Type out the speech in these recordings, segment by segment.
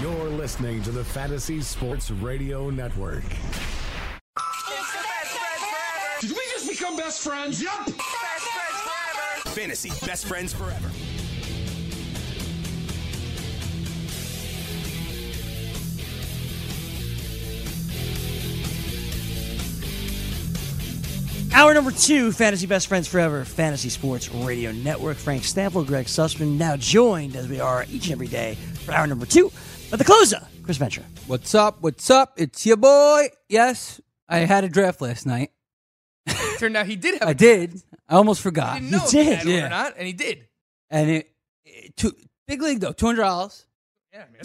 You're listening to the Fantasy Sports Radio Network. Did we just become best friends? Yup! Best friends forever! Fantasy Best Friends Forever. Hour number two, Fantasy Best Friends Forever, Fantasy Sports Radio Network. Frank Stanfield, Greg Sussman, now joined as we are each and every day for hour number two. But the closer, Chris Venture. What's up? What's up? It's your boy. Yes, I had a draft last night. Turned out he did have. I did. I almost forgot. didn't know He if he did, had one yeah. or not, and he did. And it, it two, big league though, two hundred dollars.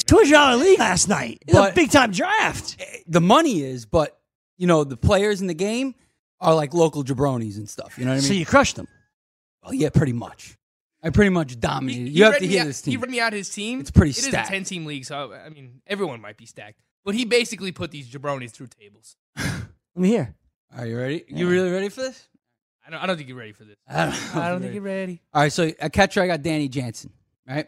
Two hundred dollar league last night. It's a But- big time draft. Eh, The money is, but you know the players in the game are like local jabronis and stuff. You know what I mean? So you crushed them. well, yeah, pretty much. I pretty much dominated. He- he you have read to me hear out- this He team. read me out his team. It's pretty It is stacked. a ten team league, so I mean everyone might be stacked. But he basically put these jabronis through tables. Let me hear. are you ready? You really ready for this? I don't. I don't think you're ready for this. I don't, I don't think you're ready. All right, so at catcher, I got Danny Jansen, right?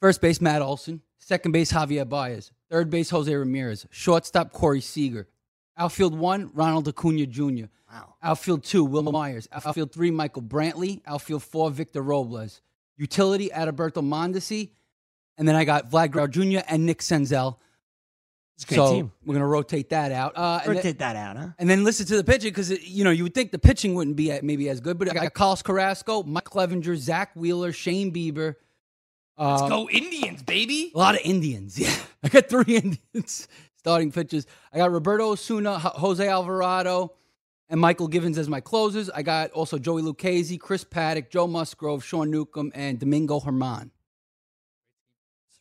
First base, Matt Olson. Second base, Javier Baez. Third base, Jose Ramirez. Shortstop, Corey Seager. Outfield one, Ronald Acuna Jr. Wow. Outfield two, Will Myers. Outfield three, Michael Brantley. Outfield four, Victor Robles. Utility, Adalberto Mondesi. And then I got Vlad Guerrero Jr. and Nick Senzel. It's a great so team. we're going to rotate that out. Uh, and then- Rotate that out, huh? and then listen to the pitching because you know you would think the pitching wouldn't be at- maybe as good, but I got Carlos Carrasco, Mike Clevenger, Zach Wheeler, Shane Bieber, Let's uh, go Indians, baby. a lot of Indians. Yeah, I got three Indians starting pitchers. I got Roberto Osuna, Ho- Jose Alvarado, and Michael Givens as my closers. I got also Joey Lucchese, Chris Paddock, Joe Musgrove, Sean Newcomb, and Domingo Herman.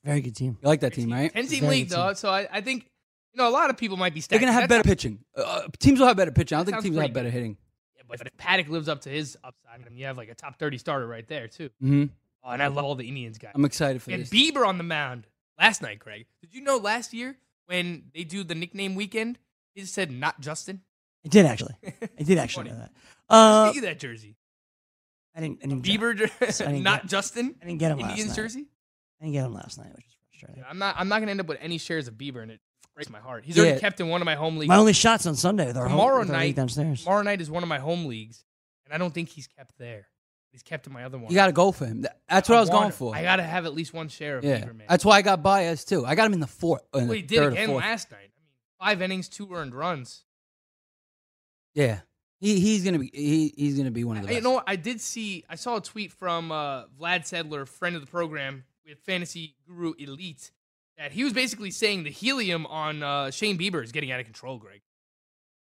Very good team. You like that team, right? Ten team Very league, good dog. So I, I think you know a lot of people might be They're stacked. gonna have better That's- pitching. Uh, teams will have better pitching. I don't That think sounds teams will have pretty better hitting. Yeah, but if Paddock lives up to his upside, I mean, you have like a top thirty starter right there too. hmm Oh, and I love all the Indians guys. I'm excited for And this. Bieber on the mound last night, Craig. Did you know last year when they do the nickname weekend, he just said not Justin? I did actually. I did actually know Funny. that. Uh, Give you that jersey. I didn't. I didn't Bieber, So I didn't not get- Justin. I didn't get him last Indians night. jersey. I didn't get him last night, which is frustrating. Yeah, I'm not. I'm not gonna end up with any shares of Bieber, and it breaks my heart. He's Yeah. already kept in one of my home leagues. My only shots on Sunday with our home- Tomorrow with our league night- downstairs. Tomorrow night is one of my home leagues, and I don't think he's kept there. He's kept in my other one. You got to go for him. Th- That's what I was want going him. for. I gotta have at least one share of Yeah, Bieber, man. that's why I got Baez too. I got him in the fourth. in well, the he did third or again fourth. last night. I mean, five innings, two earned runs. Yeah, he he's gonna be he, he's gonna be one of the I- you best. know what? I did see. I saw a tweet from uh, Vlad Sedler, friend of the program with Fantasy Guru Elite, that he was basically saying the helium on uh, Shane Bieber is getting out of control, Greg.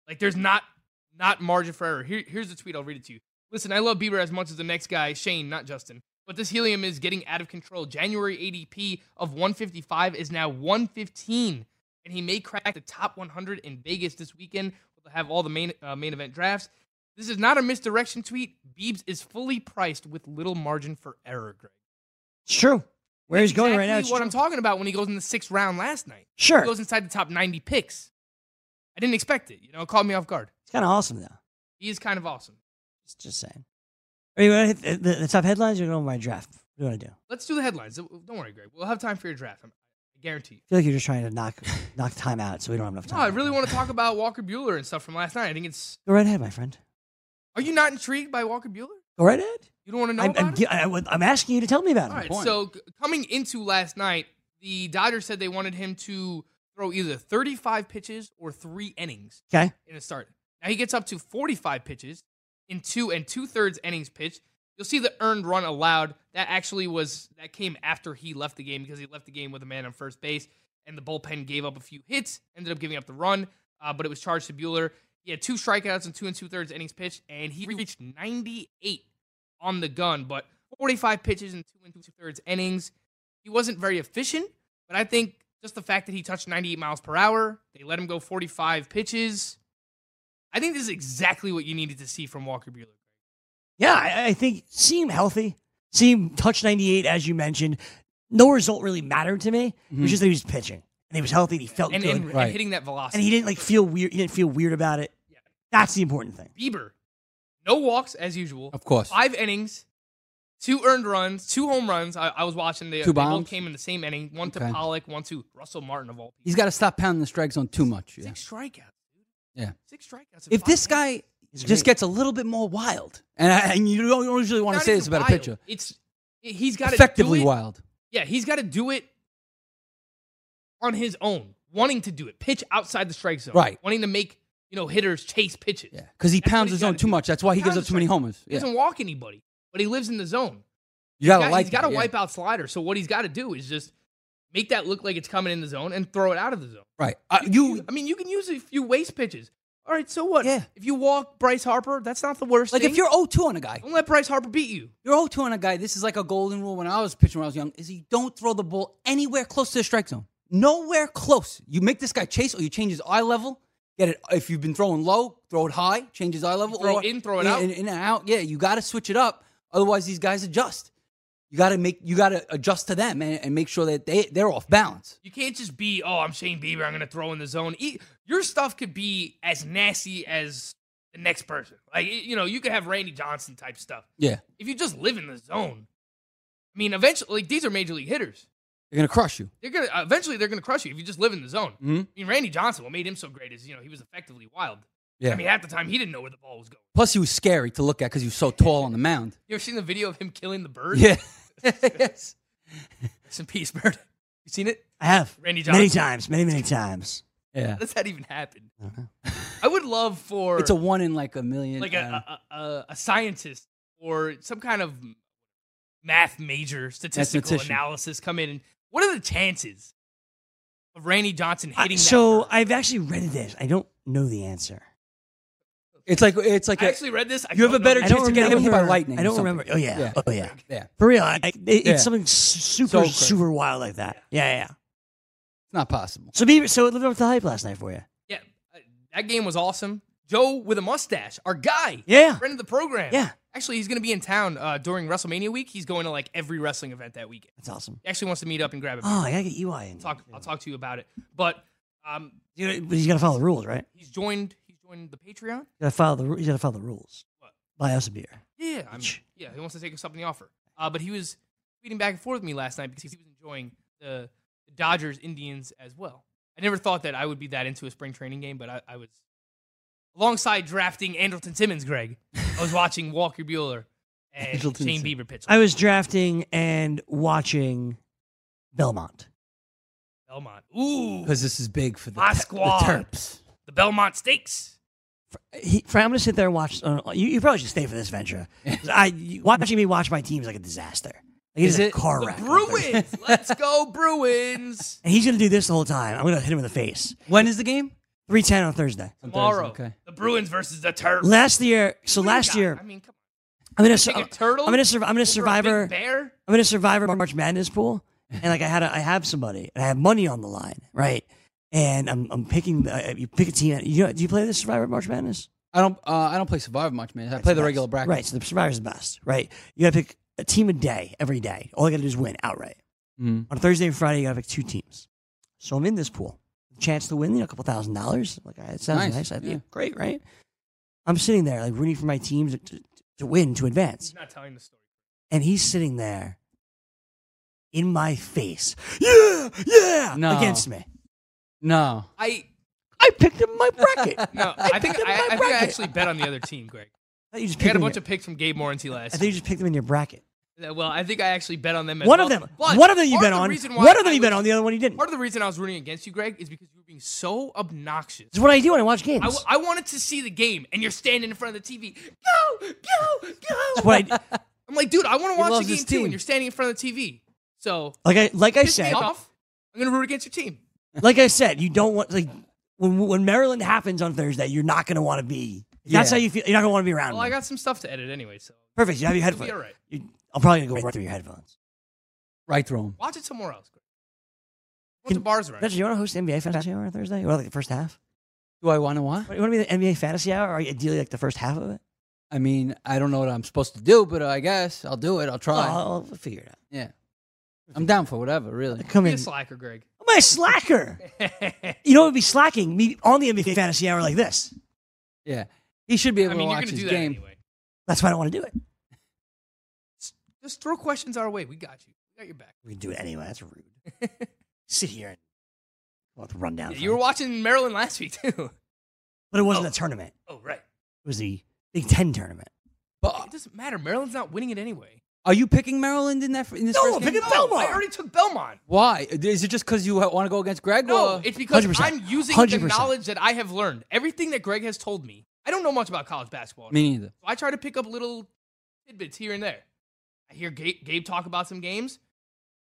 Like, there's not not margin for error. Here, here's the tweet. I'll read it to you. Listen, I love Bieber as much as the next guy, Shane, not Justin. But this helium is getting out of control. January ADP of 155 is now 115, and he may crack the top 100 in Vegas this weekend. We'll have all the main uh, main event drafts. This is not a misdirection tweet. Beebs is fully priced with little margin for error, Greg. It's true. Where he's going right now? Exactly It's what true. I'm talking about when he goes in the sixth round last night. Sure. He goes inside the top 90 picks. I didn't expect it. You know, it caught me off guard. It's kind of awesome though. He is kind of awesome. Just, just saying. Are you going to hit the, the, the top headlines or going to my draft? What do you want to do? I Let's do the headlines. Don't worry, Greg. We'll have time for your draft. I'm- I guarantee you. feel like you're just trying to knock knock time out so we don't have enough No, time. I really want to talk about Walker Bueller and stuff from last night. I think it's. Go right ahead, my friend. Are you not intrigued by Walker Bueller? Go right ahead. You don't want to know I'm, about I'm, it? gi- I, would- I'm asking you to tell me about All right. it. point. So c- coming into last night, the Dodgers said they wanted him to throw either 35 pitches or three innings Okay. in a start. Now he gets up to 45 pitches in two and two thirds innings pitched. You'll see the earned run allowed. That actually was that came after he left the game because he left the game with a man on first base, and the bullpen gave up a few hits, ended up giving up the run, uh, but it was charged to Bueller. He had two strikeouts and two and two thirds innings pitched, and he reached 98 on the gun, but 45 pitches in two and two thirds innings. He wasn't very efficient, but I think Just the fact that he touched 98 miles per hour, they let him go 45 pitches. I think this is exactly what you needed to see from Walker Bueller. Yeah, I, I think see him healthy, see him touch 98, as you mentioned. No result really mattered to me. It Mm-hmm. was just that he was pitching and he was healthy and he felt And, good. and, and Right. hitting that velocity. and he didn't like feel weird. He didn't feel weird about it. Yeah. That's the important thing. Bieber, no walks as usual. Of course. Five innings, two earned runs, two home runs. I, I was watching the Two they both bombs? came in the same inning. One Okay. to Pollock, one to Russell Martin of all people. He's got to stop pounding the strike zone too much. Yeah. Six strikeouts, dude. Yeah. Six strikeouts. in If five this innings. guy He's just great. gets a little bit more wild, and, I, and you don't usually want Not to say even this about wild. a pitcher, it's he's got effectively do it, wild. Yeah, he's got to do it on his own, wanting to do it, pitch outside the strike zone, Right. Wanting to make you know hitters chase pitches. Yeah, because he That's what pounds he's his own gotta too do. much. That's why he gives Pounds up the too many strike. homers. He Yeah. doesn't walk anybody, but he lives in the zone. You gotta Yeah, like. he's got to that, yeah. wipe out sliders. So what he's got to do is just make that look like it's coming in the zone and throw it out of the zone. Right. Uh, you I mean, you can use a few waste pitches. All right, so what? Yeah. If you walk Bryce Harper, that's not the worst. like thing. if you're 0-2 on a guy, don't let Bryce Harper beat you. you're 0-2 on a guy. This is like a golden rule when I was pitching when I was young: is you don't throw the ball anywhere close to the strike zone. Nowhere close. You make this guy chase, or you change his eye level. Get it? If you've been throwing low, throw it high. Change his eye level. Throw or it in, throw it in, out. In, in and out. Yeah, you got to switch it up. Otherwise, these guys adjust. You got to make. You got to adjust to them and, and make sure that they they're off balance. You can't just be, oh, I'm Shane Bieber. I'm going to throw in the zone. E- Your stuff could be as nasty as the next person. Like, y- you know, you could have Randy Johnson type stuff. Yeah, If you just live in the zone, I mean, eventually, like, these are major league hitters. they're gonna crush you. They're gonna uh, eventually they're gonna crush you if you just live in the zone. Mhm. I mean, Randy Johnson, what made him so great is you know he was effectively wild. Yeah. I mean, half the time he didn't know where the ball was going. Plus, he was scary to look at because he was so tall on the mound. You ever seen the video of him killing the bird? Yeah. yes. Rest in peace, bird. You seen it? I have Randy many Johnson. times, many many times. Yeah. How does that even happen? I, would love for It's a one in like a million. like uh, a, a, a a scientist or some kind of math major statistical Mathematician. analysis come in and what are the chances of Randy Johnson I- hitting? that so bird? I've actually read this. I don't know the answer. it's like it's like I a, actually read this. I You have don't a better know I the chance don't of getting hit remember. by lightning. I or don't something. remember. Oh yeah. Yeah. Oh yeah. Yeah. It's For real, I, I- it- it's Yeah. something s- So super crazy. super wild like that. Yeah, yeah. yeah. not possible. So Bieber, so it lived up to the hype last night for you. Yeah, uh, that game was awesome. Joe with a mustache, our guy. Yeah. Friend of the program. Yeah. Actually, he's going to be in town uh, during WrestleMania week. He's going to like every wrestling event that weekend. That's awesome. He actually wants to meet up and grab a beer. Oh, I gotta get UI in. talk, I'll talk to you about it. But um, Dude, but you gotta follow the rules, right? he's joined. He's joined the Patreon. You gotta follow the ru- you gotta follow the rules. What? Buy us a beer. Yeah, I'm, yeah. He wants to take us up on the offer. Uh, but he was tweeting back and forth with me last night because he was enjoying the, the Dodgers Indians as well. I never thought that I would be that into a spring training game, but I, I was alongside drafting Andrelton Simmons. Greg, I was watching Walker Bueller and Andrelton Shane Sim- Bieber pitch. I was drafting and watching Belmont. Belmont. Ooh, Because this is big for the, My te- the squad. Terps. the Belmont Stakes. He, Fran, I'm gonna sit there and watch. Uh, you, you probably should stay for this venture. 'Cause I you- watching me watch my team is like a disaster. Like, it Is is a it? car The wreck. out there. Bruins. Let's go Bruins. And he's gonna do this the whole time. I'm gonna hit him in the face. When is the game? Three ten on Thursday. On Thursday, Tomorrow, Okay. the Bruins versus the Turtles. Last year, so What do you last got? year, I mean, come on. I'm in a, sur- Take a I'm turtle. in a, sur- I'm in a survivor, Big bear. I'm in a survivor March Madness pool, and like I had, a, I have somebody, and I have money on the line, right? And I'm, I'm picking, uh, you pick a team. You know, do you play the survivor March Madness? I don't. Uh, I don't play Survivor much, man. I play the best. regular bracket. Right, so the Survivor's the best, right? You gotta pick a team a day, every day. All you gotta do is win outright. Mhm. On Thursday and Friday, you gotta pick two teams. So I'm in this pool. Chance to win, you know, a couple thousand dollars. Like, all right, it sounds Nice, nice. I think yeah. great, right? I'm sitting there, like, rooting for my team to, to, to win, to advance. He's not telling the story. And he's sitting there in my face. Yeah, yeah, No. against me. No. I I picked him in my bracket. no. I think picked him in I, my I think I bracket. actually bet on the other team, Greg. I thought you just I picked got a him bunch in of picks from Gabe Morency your- last. I think you just picked him in your bracket. year. Uh, Well, I think I actually bet on them. As One well. of them, But one of them you part bet the on. reason why One of them I you bet was- on. The other one you didn't. Part of the reason I was rooting against you, Greg, is because you were being so obnoxious. It's what I do when I watch games. I, w- I wanted to see the game, and you're standing in front of the TV. Go, go, That's go! what I I'm like, dude, I want to watch loves the his game too, team. and you're standing in front of the TV. So like. I like I piss me said, off. I'm gonna root against your team. like I said, you don't want like when when Maryland happens on Thursday, you're not going to want to be. That's Yeah. how you feel. You're not going to want to be around. Well, I me. got some stuff to edit anyway, so Perfect. You have your it'll headphones. be all right. You- I'm probably going to go right through your headphones. Right through him. Watch it somewhere else. Greg. What's the bars right? That's, you want to host NBA Fantasy Hour on Thursday? Or like the first half? Do I want to what? You want to be the NBA Fantasy Hour or ideally like the first half of it? I mean, I don't know what I'm supposed to do, but I guess I'll do it. I'll Oh, try. I'll, I'll figure it out. yeah, I'm down for whatever. Really, Come Be in. a slacker, Greg. I'm a slacker. you know what would be slacking? Me on the NBA Fantasy Hour like this. yeah. He should be able I mean, to you're watch gonna his do that game. anyway. That's why I don't want to do it. Just throw questions our way. We got you. We got your back. We can do it anyway. That's rude. Sit here and well, the rundown. Yeah, you were watching Maryland last week too. but it wasn't a tournament. Oh right. It was the Big Ten tournament. But It doesn't matter. Maryland's not winning it anyway. are you picking Maryland in that? In this No, first I'm game? picking No, Belmont. I already took Belmont. Why? Is it just because you want to go against Greg? No, or- it's because 100%. I'm using the 100%. knowledge that I have learned. Everything that Greg has told me. I don't know much about college basketball. me neither. So I try to pick up little tidbits here and there. I hear Gabe, Gabe talk about some games.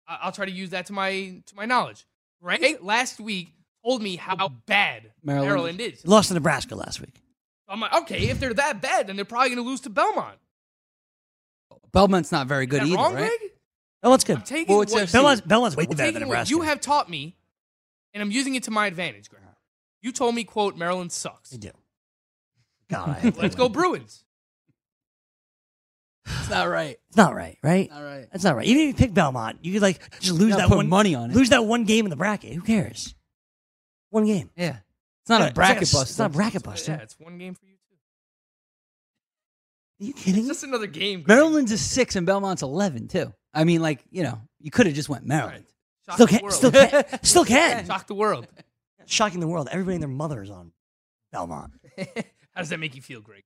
I- I'll try to use that to my to my knowledge. Greg last week told me how bad Maryland. Maryland, is. Lost to Nebraska last week. I'm like, okay, if they're that bad, then they're probably going to lose to Belmont. Belmont's not very Is good that either, wrong, right? Greg? Belmont's good. I'm taking Well, what it's a- Belmont's, Belmont's way I'm better than taking what Nebraska. you have taught me, and I'm using it to my advantage, Greg. You told me, "quote Maryland sucks." They do. God, I hope they Let's go win. Bruins. It's not right. It's not right, right? Not right. That's not right. Even if you pick Belmont, you could like just lose gotta that put one money on it. Lose that one game in the bracket. Who cares? One game. Yeah, it's not Yeah, a it's bracket like a- buster. It's not a bracket buster. Yeah, it's one game for you too. Are you kidding It's me? just another game. Greg. Maryland's a six and Belmont's eleven too. I mean, like you know, you could have just went Maryland. Shock Still the can. world. Still can. Still can. Shock the world. Shocking the world. Everybody and their mother is on Belmont. How does that make you feel, Greg?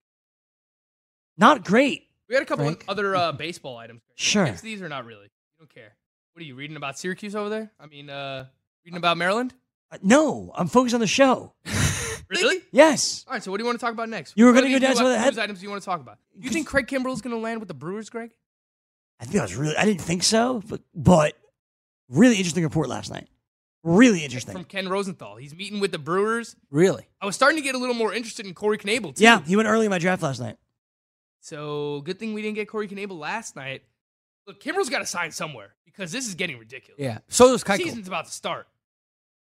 Not great. We got a couple Frank? of other uh, baseball items. Greg. Sure. Against these or not really. You don't care. What are you reading about Syracuse over there? I mean, uh, reading about Maryland? Uh, No, I'm focused on the show. Really? Yes. All right. So what do you want to talk about next? You were What gonna go are down new some of the news head- items do you want to talk about? You Could- think Craig Kimbrell's going to land with the Brewers, Greg? I think I was really. I didn't think so, but but really interesting report last night. Really interesting. From Ken Rosenthal, he's meeting with the Brewers. Really? I was starting to get a little more interested in Corey Knable too. yeah, he went early in my draft last night. So good thing we didn't get Corey Knable last night. Look, Kimbrell's got to sign somewhere because this is getting ridiculous. Yeah. So does The Keiko. season's about to start.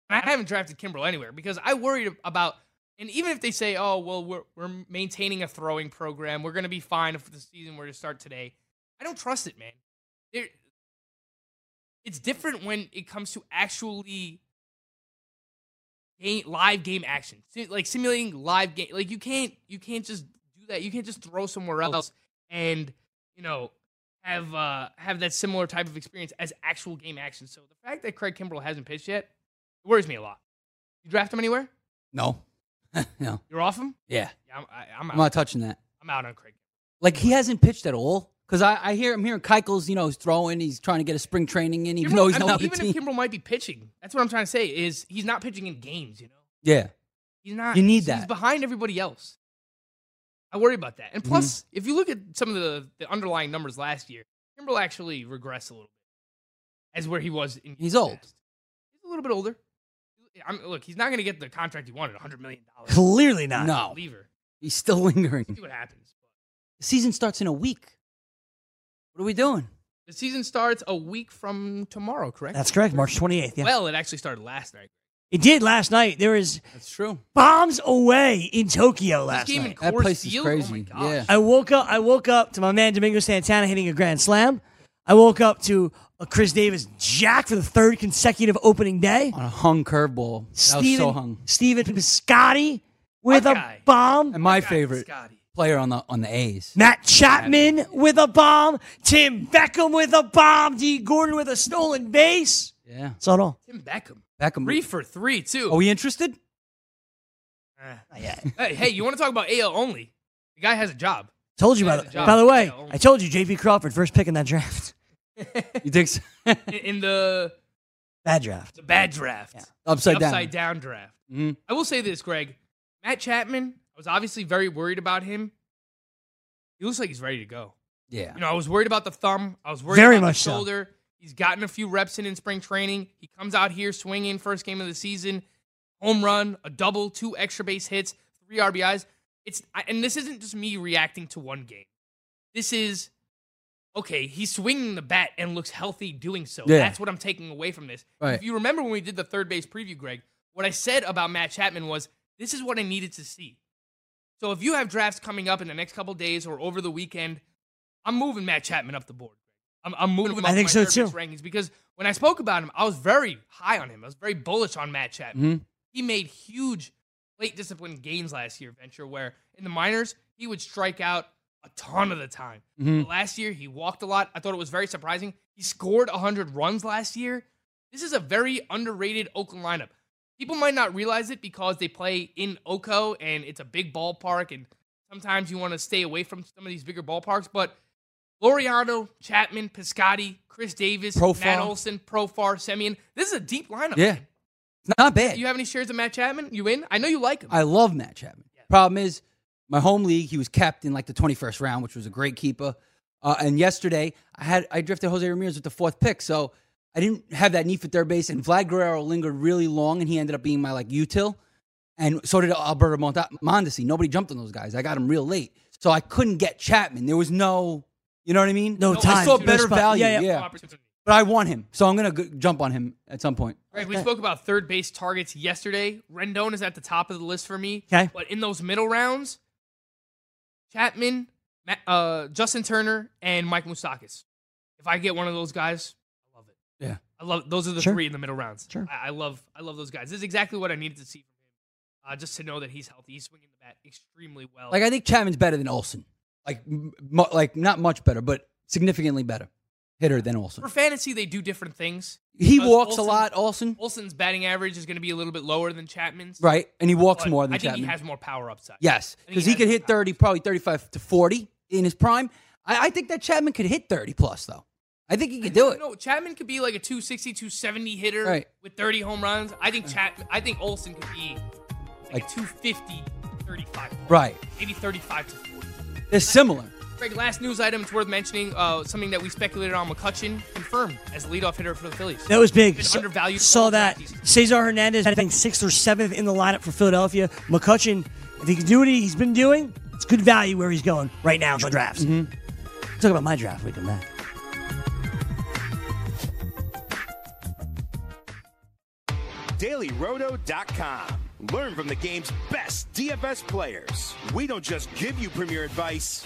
And I haven't drafted Kimbrel anywhere because I worried about. And even if they say, "Oh, well, we're we're maintaining a throwing program, we're going to be fine if the season were to start today," I don't trust it, man. There, it's different when it comes to actually game, live game action, Si- like simulating live game. Like you can't you can't just do that. You can't just throw somewhere else and you know have uh, have that similar type of experience as actual game action. So the fact that Craig Kimbrell hasn't pitched yet worries me a lot. You draft him anywhere? No. no. You're off him? Yeah. Yeah, I'm, I, I'm I'm out. not touching that. I'm out on Craig. Like he hasn't pitched at all. Because I, I hear I'm hearing Keuchel's, you know, he's throwing, he's trying to get a spring training in, even Kimbrel- though he's I mean, not on the even team. if Kimbrel might be pitching, that's what I'm trying to say is he's not pitching in games. You know, yeah. he's not. You need He's that. behind everybody else. I worry about that. And Mm-hmm. plus, if you look at some of the, the underlying numbers last year, Kimbrel actually regressed a little bit as where he was. in He's years old. past. He's a little bit older. I'm, look, he's not going to get the contract he wanted, 100 million dollars. Clearly not. No. Lever. He's still lingering. See what happens. The season starts in a week. What are we doing? The season starts a week from tomorrow, correct? That's correct. March 28th. Yeah, Well, it actually started last night. it did last night. There was That's true. bombs away in Tokyo last this game night. in That Coors place is Field? Oh my crazy. gosh. Yeah. I woke up. I woke up to my man Domingo Santana hitting a grand slam. I woke up to a Chris Davis jack for the third consecutive opening day. On a hung curveball. That Oh, was so hung. Steven Piscotty with That a guy. bomb. And my God, favorite Scotty. player on the on the A's. Matt Chapman with a bomb. Tim Beckham with a bomb. D. Gordon with a stolen base. Yeah. That's not all. Tim Beckham. Beckham. Three for three, too. Are we interested? Eh. Yeah. hey, hey, you want to talk about AL only? The guy has a job. Told you Yeah, about the it. job. By the way, Yeah, I told you J.P. Crawford first pick in that draft. You think so? In- In the Bad draft. the bad draft, the upside, upside down. down draft. Mhm. I will say this, Greg. Matt Chapman, I was obviously very worried about him. He looks like he's ready to go. Yeah. You know, I was worried about the thumb. I was worried Very about much the so. shoulder. He's gotten a few reps in in spring training. He comes out here swinging first game of the season, home run, a double, two extra base hits, three RBIs. It's I- and this isn't just me reacting to one game. This is okay, he's swinging the bat and looks healthy doing so. Yeah. That's what I'm taking away from this. Right. If you remember when we did the third base preview, Greg, what I said about Matt Chapman was this is what I needed to see. So if you have drafts coming up in the next couple days or over the weekend, I'm moving Matt Chapman up the board. I'm, I'm moving him I up think my so, third too. base rankings because when I spoke about him, I was very high on him. I was very bullish on Matt Chapman. Mm-hmm. Mhm. He made huge plate discipline gains last year, Venture, where in the minors, he would strike out a ton of the time. Mm-hmm. Mhm. But Last year, he walked a lot. I thought it was very surprising. He scored 100 runs last year. This is a very underrated Oakland lineup. People might not realize it because they play in Oco and it's a big ballpark, and sometimes you want to stay away from some of these bigger ballparks. But Loriano, Chapman, Piscotty, Chris Davis, Profar. Matt Olson, Profar, Semyon. This is a deep lineup. Yeah. It's not bad. You have any shares of Matt Chapman? You in? I know you like him. I love Matt Chapman. Problem is, my home league, he was kept in like the 21st round, which was a great keeper. Uh, and yesterday, I had I drifted Jose Ramirez with the fourth pick, so I didn't have that need for third base. And Vlad Guerrero lingered really long, and he ended up being my like util. And so did Alberto Monta- Mondesi. Nobody jumped on those guys. I got him real late, so I couldn't get Chapman. There was no, you know what I mean? No I time, saw no better spot. value. Yeah, Yeah, yeah. Opportunity. but I want him, so I'm gonna g- jump on him at some point. Greg, we spoke about third base targets yesterday. Rendon is at the top of the list for me. Okay. But in those middle rounds, Chapman, Ma- uh, Justin Turner, and Mike Moustakis. If I get one of those guys, I love it. Yeah. I love those are the Sure. three in the middle rounds. Sure. I, I love I love those guys. This is exactly what I needed to see from him. Uh, just to know that he's healthy. He's swinging the bat extremely well. Like I think Chapman's better than Olson. Like m- mu- like not much better, but significantly better hitter than Olson. for fantasy, they do different things. He because walks Olsen- a lot, Olson, Olson's batting average is going to be a little bit lower than Chapman's. right? And he walks but more than I think Chapman. he has more power upside. I yes, think because he he, has could more hit power. thirty, probably thirty-five to forty in his prime. I, I think that Chapman could hit thirty plus though. I think he could do it. No, Chapman could be like a 260, 270 hitter Right. with 30 home runs. I think Chapman, I think Olson could be like, Like- a 250, 35. home Right? run, Maybe 35 to 40. They're similar. Greg, last news item, it's worth mentioning uh, something that we speculated on McCutcheon confirmed as the leadoff hitter for the Phillies. That was big. Been Saw- undervalued Saw all that. draft season. Cesar Hernandez, I think sixth or seventh in the lineup for Philadelphia. McCutcheon, if he can do what he's been doing, it's good value where he's going right now for drafts. Talk about my draft. We come back. DailyRoto.com. Learn from the game's best DFS players. We don't just give you premier advice,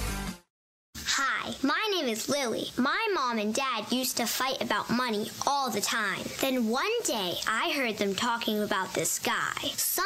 Hi, my name is Lily. My mom and dad used to fight about money all the time. Then one day, I heard them talking about this guy, some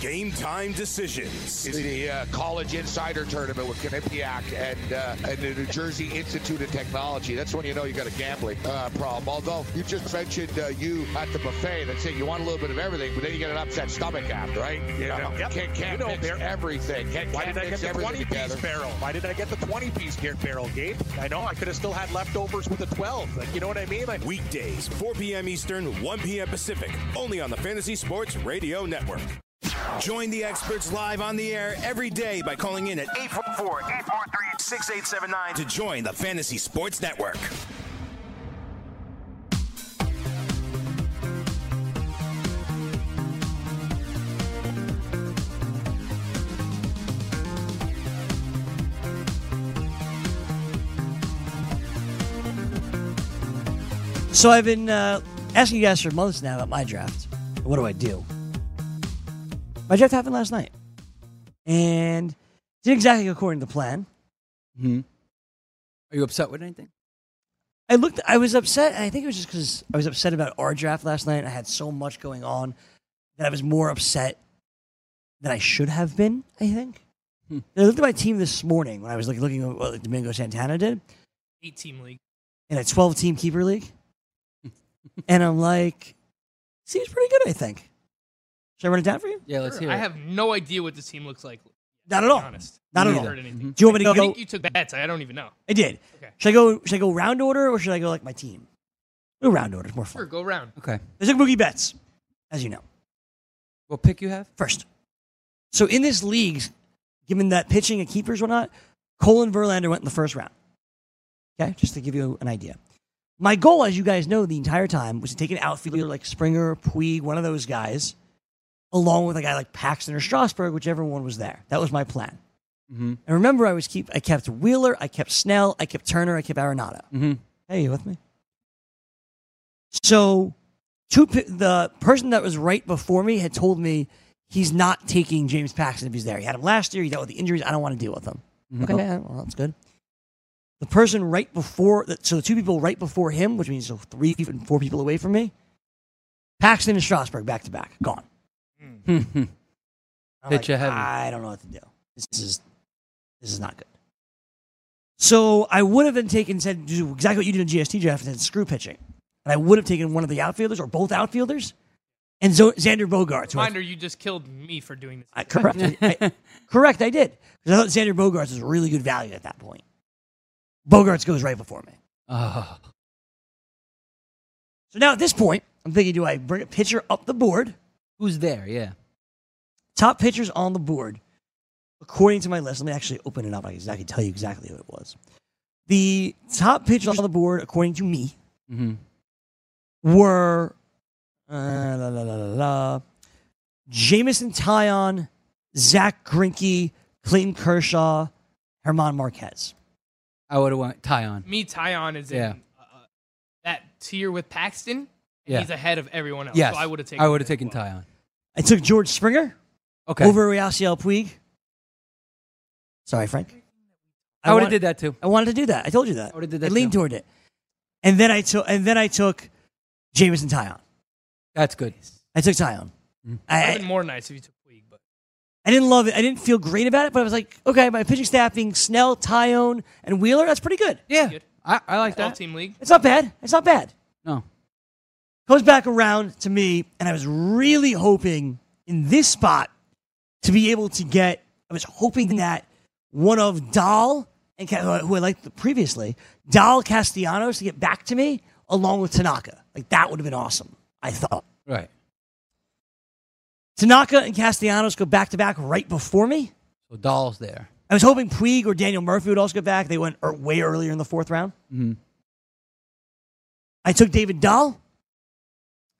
Game time decisions. Is the uh, college insider tournament with Quinnipiac and uh, and the New Jersey Institute of Technology. That's when you know you got a gambling uh, problem. Although you just mentioned uh, you at the buffet that said you want a little bit of everything, but then you get an upset stomach after, right? You know, Yep. can't, can't You know, mix Bear. everything. Can't, Why can't did I get mix the 20 everything piece together. barrel? Why did I get the 20 piece gear barrel, Gabe? I know I could have still had leftovers with the 12. Like, you know what I mean? Like, Weekdays, 4 p.m. Eastern, 1 p.m. Pacific, only on the Fantasy Sports Radio Network. Join the experts live on the air every day by calling in at 844 843 6879 to join the Fantasy Sports Network. So I've been uh, asking you guys for months now about my draft. What do I do? My draft happened last night, and it didn't exactly according to plan. Hmm. Are you upset with anything? I looked. I was upset. And I think it was just because I was upset about our draft last night. I had so much going on that I was more upset than I should have been. I think. Hmm. And I looked at my team this morning when I was like looking at what Domingo Santana did Eight team league. in a twelve-team keeper league, and I'm like, seems pretty good. I think. Should I run it down for you? Yeah, let's Sure, hear I it. have no idea what this team looks like. to Not at be all. Honest. Not at I all. Heard anything. Do you want me to I go? think you took bets. I don't even know. I did. Okay. Should I go? Should I go round order or should I go like my team? Go round order. It's more fun. Sure, go round. Okay. They took Mookie Betts, as you know, What pick you have? first. So in this league, given that pitching and keepers were not, Colin Verlander went in the first round. Okay, just to give you an idea. My goal, as you guys know, the entire time was to take an outfielder like Springer, Puig, one of those guys, along with a guy like Paxton or Strasburg, whichever one was there. That was my plan. Mm-hmm. And remember, I was keep I kept Wheeler, I kept Snell, I kept Turner, I kept Arenado. Mm-hmm. Hey, you with me? So, two p- the person that was right before me had told me he's not taking James Paxton if he's there. He had him last year. He dealt with the injuries. I don't want to deal with him. Okay, yeah, well, that's good. The person right before, the- so the two people right before him, which means so three, even four people away from me, Paxton and Strasburg back to back, gone. Mhm. I'm Pitch like, heavy. I don't know what to do. This is this is not good. So I would have then taken said do exactly what you did in GST draft and said screw pitching, and I would have taken one of the outfielders or both outfielders, and Zo- Xander Bogarts. who I- Reminder, you just killed me for doing this. I, correct, I, correct. I did because I thought Xander Bogarts was really good value at that point. Bogarts goes right before me. Ah. So now at this point, I'm thinking, do I bring a pitcher up the board? who's there? Yeah. top pitchers on the board, according to my list, let me actually open it up. I can exactly tell you exactly who it was. The top pitchers on the board, according to me, Mm-hmm. were uh, la, la, la, la, la, Jamison Tyon, Zach Grinke, Clayton Kershaw, Herman Marquez. I would have went tie on. Me, Tyon is Yeah. in uh, uh, that tier with Paxton. and Yeah. He's ahead of everyone else. Yes. So I would have taken I would have him taken as well. tie on. I took George Springer Okay. over Yasiel Puig. Sorry, Frank. I would want- have did that too. I wanted to do that. I told you that. I would've did that leaned too. toward it, and then I took and then I took Jamison Tyon. That's good. I took Tyon. It Mm. would I, have been more nice if you took Puig, but I didn't love it. I didn't feel great about it, but I was like, okay, my pitching staff being Snell, Tyone, and Wheeler, that's pretty good. Yeah. Good. I, I like twelve that. team league. It's not bad. It's not bad. No. Comes back around to me, and I was really hoping in this spot to be able to get, I was hoping that one of Dahl, and Ca- who I liked previously, Dahl Castellanos to get back to me along with Tanaka. Like, that would have been awesome, I thought. Right. Tanaka and Castellanos go back to back right before me. So Doll's there. I was hoping Puig or Daniel Murphy would also get back. They went er, way earlier in the fourth round. Mhm. I took David Dahl,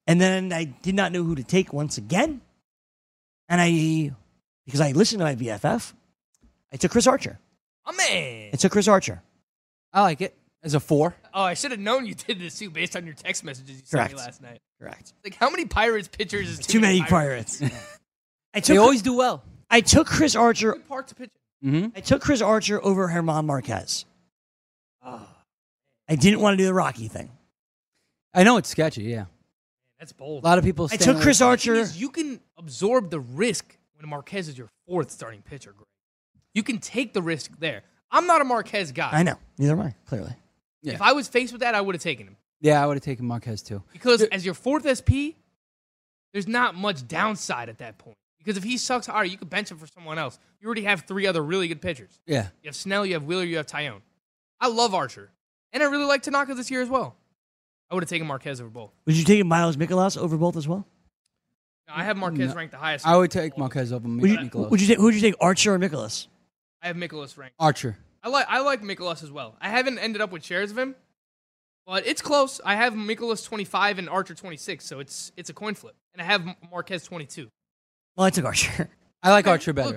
and then I did not know who to take once again. And I, because I listened to my BFF, I took Chris Archer. Oh, man. I took Chris Archer. I like it as a four. Oh, I should have known you did this too based on your text messages you sent me Correct. last night. Correct. Like, how many Pirates pitchers is Too many pirates. I They took, always do well. I took Chris Archer. Good part to pitch. Mm-hmm. I took Chris Archer over Herman Marquez. Ah. I didn't want to do the Rocky thing. I know it's sketchy. Yeah. That's A bold. lot of people. I stand took away Chris from- The thing Archer. is, you can absorb the risk when Marquez is your fourth starting pitcher. Greg. You can take the risk there. I'm not a Marquez guy. I know. Neither am I, clearly. If I was faced with that, I would have taken him Yeah, I would have taken Marquez too. because as your fourth SP, there's not much downside at that point. Because if he sucks, all right, you could bench him for someone else. You already have three other really good pitchers. Yeah. You have Snell, you have Wheeler, you have Tyone. I love Archer, and I really like Tanaka this year as well. I would have taken Marquez over both. Would you take Miles Mikolas over both as well? Now, I have Marquez No. ranked the highest. I would take Marquez over Would you, Nicolas. would you take who would you take Archer or Nicholas? I have Nicholas ranked. Archer. I like I like Mikolas as well. I haven't ended up with shares of him, but it's close. I have Mikolas 25 and Archer 26, so it's it's a coin flip. And I have M- Marquez 22. Well, I took Archer. I like Archer better.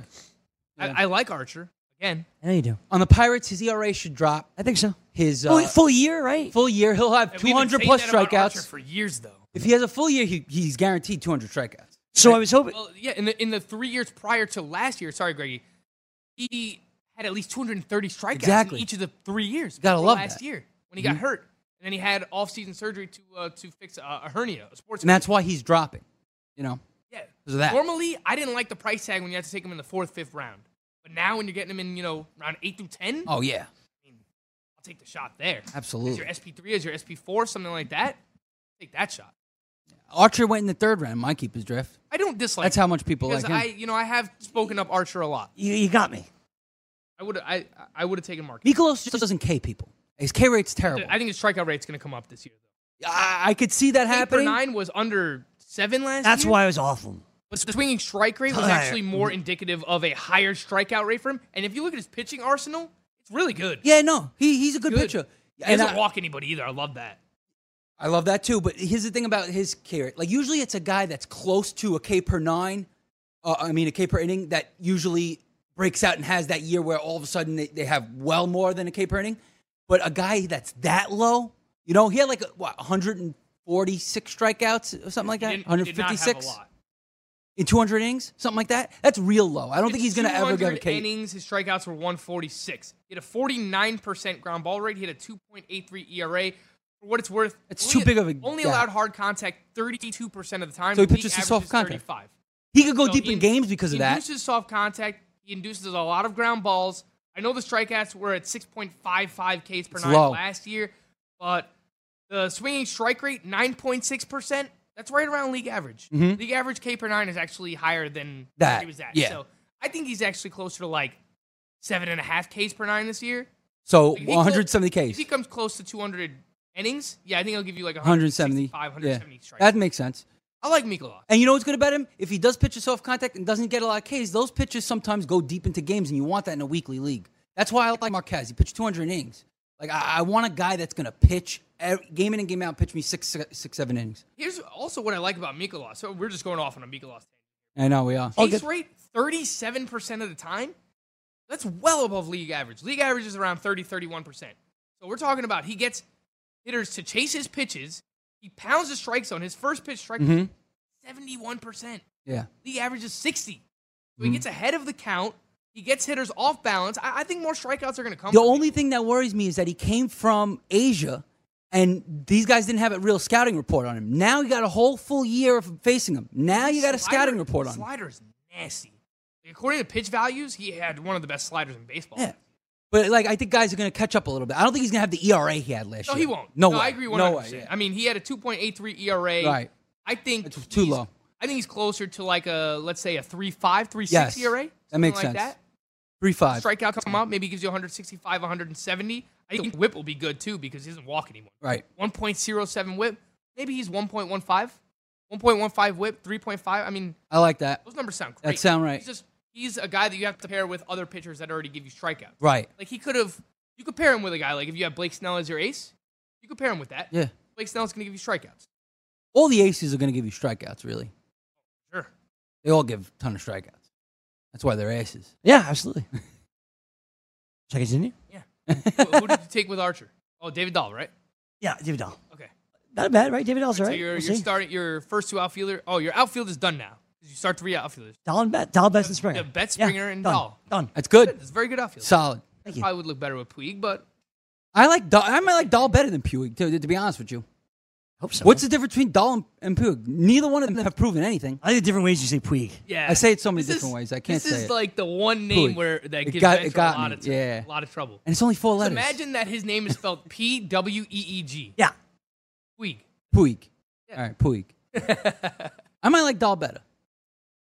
Look, I, I like Archer again. I know you do. On the Pirates, his ERA should drop. I think so. his uh, Full, full year, right? full year. He'll have And two we've been hundred saying plus that about Archer strikeouts. for years, though. If he has a full year, he, he's guaranteed two hundred strikeouts. So I was hoping. Well, yeah, in the in the three years prior to last year, sorry, Greggy, he had at least 230 strikeouts Exactly. in each of the three years. Gotta until love last that. Mm-hmm. year when he got hurt, and then he had off-season surgery to uh, to fix uh, a hernia, a sports. And that's why he's dropping. You know, hernia. yeah. 'cause of that. Normally, I didn't like the price tag when you have to take him in the fourth, fifth round, but now when you're getting him in, you know, round eight through ten, Oh yeah, I'll take the shot there. Is absolutely. your SP three? Is your SP four? Something like that. Take that shot. Archer went in the third round. in My keeper's draft. I don't dislike. That's him how much people because like him. I, you know, I have spoken up Archer a lot. You, you got me. I would, I, I would have taken Mark. Nicolas just doesn't K people. His K rate's terrible. I think his strikeout rate's going to come up this year. I, I could see that Eight per happening. nine was under seven last That's year. why I was awful. But the swinging strike rate was Alright. actually more indicative of a higher strikeout rate for him. And if you look at his pitching arsenal, it's really good. Yeah, no, he, he's a good, Good. pitcher. He And doesn't I, walk anybody either. I love that. I love that too. But here's the thing about his K rate. Like usually it's a guy that's close to a K per nine. Uh, I mean a K per inning that usually breaks out and has that year where all of a sudden they, they have well more than a K per inning. But a guy that's that low, you know, he had like what 146 strikeouts or something like that. He didn't- he did not have a 156 lot. in 200 innings, something like that. That's real low. I don't think he's going to ever get a 200 K. innings. His strikeouts were 146. He had a 49% ground ball rate. He had a 2.83 ERA. E For what it's worth, It's only- too big of a only gap. allowed hard contact 32% of the time. So he The pitches league to soft averages contact. 35. He could go So deep he in indu- games because He of that. induces soft contact. He induces a lot of ground balls. I know the strikeouts were at 6.55 Ks per It's nine low. last year, but the swinging strike rate, 9.6%, that's right around league average. League average K per nine is actually higher than Mm-hmm. That, where he was at. yeah. So I think he's actually closer to like 7.5 Ks per nine this year. So Like, if he clo- 170 If Ks, he comes close to 200 innings, yeah, I think he'll give you like 170. 165, Yeah, 170 strikes. that makes sense. I like Mikola. And you know what's good about him? If he does pitch a soft contact and doesn't get a lot of Ks, those pitches sometimes go deep into games, and you want that in a weekly league. That's why I like Marquez. He pitched 200 innings. Like I, I want a guy that's going to pitch ev- game in and game out, pitch me six, six, six, seven innings. Here's also what I like about Mikola. So we're just going off on a Mikola I know we are. Base rate, 37% of the time. That's well above league average. League average is around 30, 31%. So we're talking about he gets hitters to chase his pitches. He pounds the strike zone. His first pitch strike Mhm. 71%. Yeah, League average is 60. So Mm-hmm. he gets ahead of the count. He gets hitters off balance. I, I think more strikeouts are going to come. The from only him. thing that worries me is that he came from Asia and these guys didn't have a real scouting report on him. Now you got a whole full year of facing him. Now you got a Slider- scouting report on him. Slider is nasty. According to pitch values, he had one of the best sliders in baseball. Yeah. But like I think guys are going to catch up a little bit. I don't think he's going to have the ERA he had last No, year. he won't. No, way. I agree 100%. No way. yeah. I mean, he had a 2.83 ERA. Right. E I think It's too he's- low. I think he's closer to like a let's say a 3.5, 3.6 Yes. ERA. That E something makes like sense. That. Three five. Strikeout come out, maybe gives you 165, 170. I think whip will be good too because he doesn't walk anyone. Right. 1.07 whip. Maybe he's 1.15, 1.15 whip, 3.5. I mean, I like that. those numbers sound great. That sound right. He's just he's a guy that you have to pair with other pitchers that already give you strikeouts. Right. Like he could have you could pair him with a guy like if you have Blake Snell as your ace, you could pair him with that. Yeah. Blake Snell's going to give you strikeouts. All the aces are going to give you strikeouts. Really, Sure. they all give a ton of strikeouts. That's why they're aces. Yeah, absolutely. Should I continue? who, who did you take with Archer? Oh, David Dahl, right? Yeah, David Dahl. Okay. Not bad, right? David Dahl's all So right. you're, We'll you're see. starting your first two outfielder. Oh, your outfield is done now. 'Cause You start three outfielders. Dahl and Bet. Dahl, Betts, and Springer. Yeah, Betts, Yeah, Springer, and done. Dahl. Done. That's good. It's a very good outfield. Solid. Thank you. Probably would look better with Puig, but I like. Dahl, I might like Dahl better than Puig. To, to be honest with you, Hope so. what's the difference between Dahl and, and Puig? Neither one of them have proven anything. I think different ways you say Puig. yeah, I say it so many This different is- ways, I can't This say is it. like the one name Puig. where that It gives got- it Ventura got a lot me, of t- yeah. a lot of trouble. And it's only four Just letters. imagine that his name is spelled P W E E G. Yeah. Puig. Puig. All right, Puig. I might like Dahl better.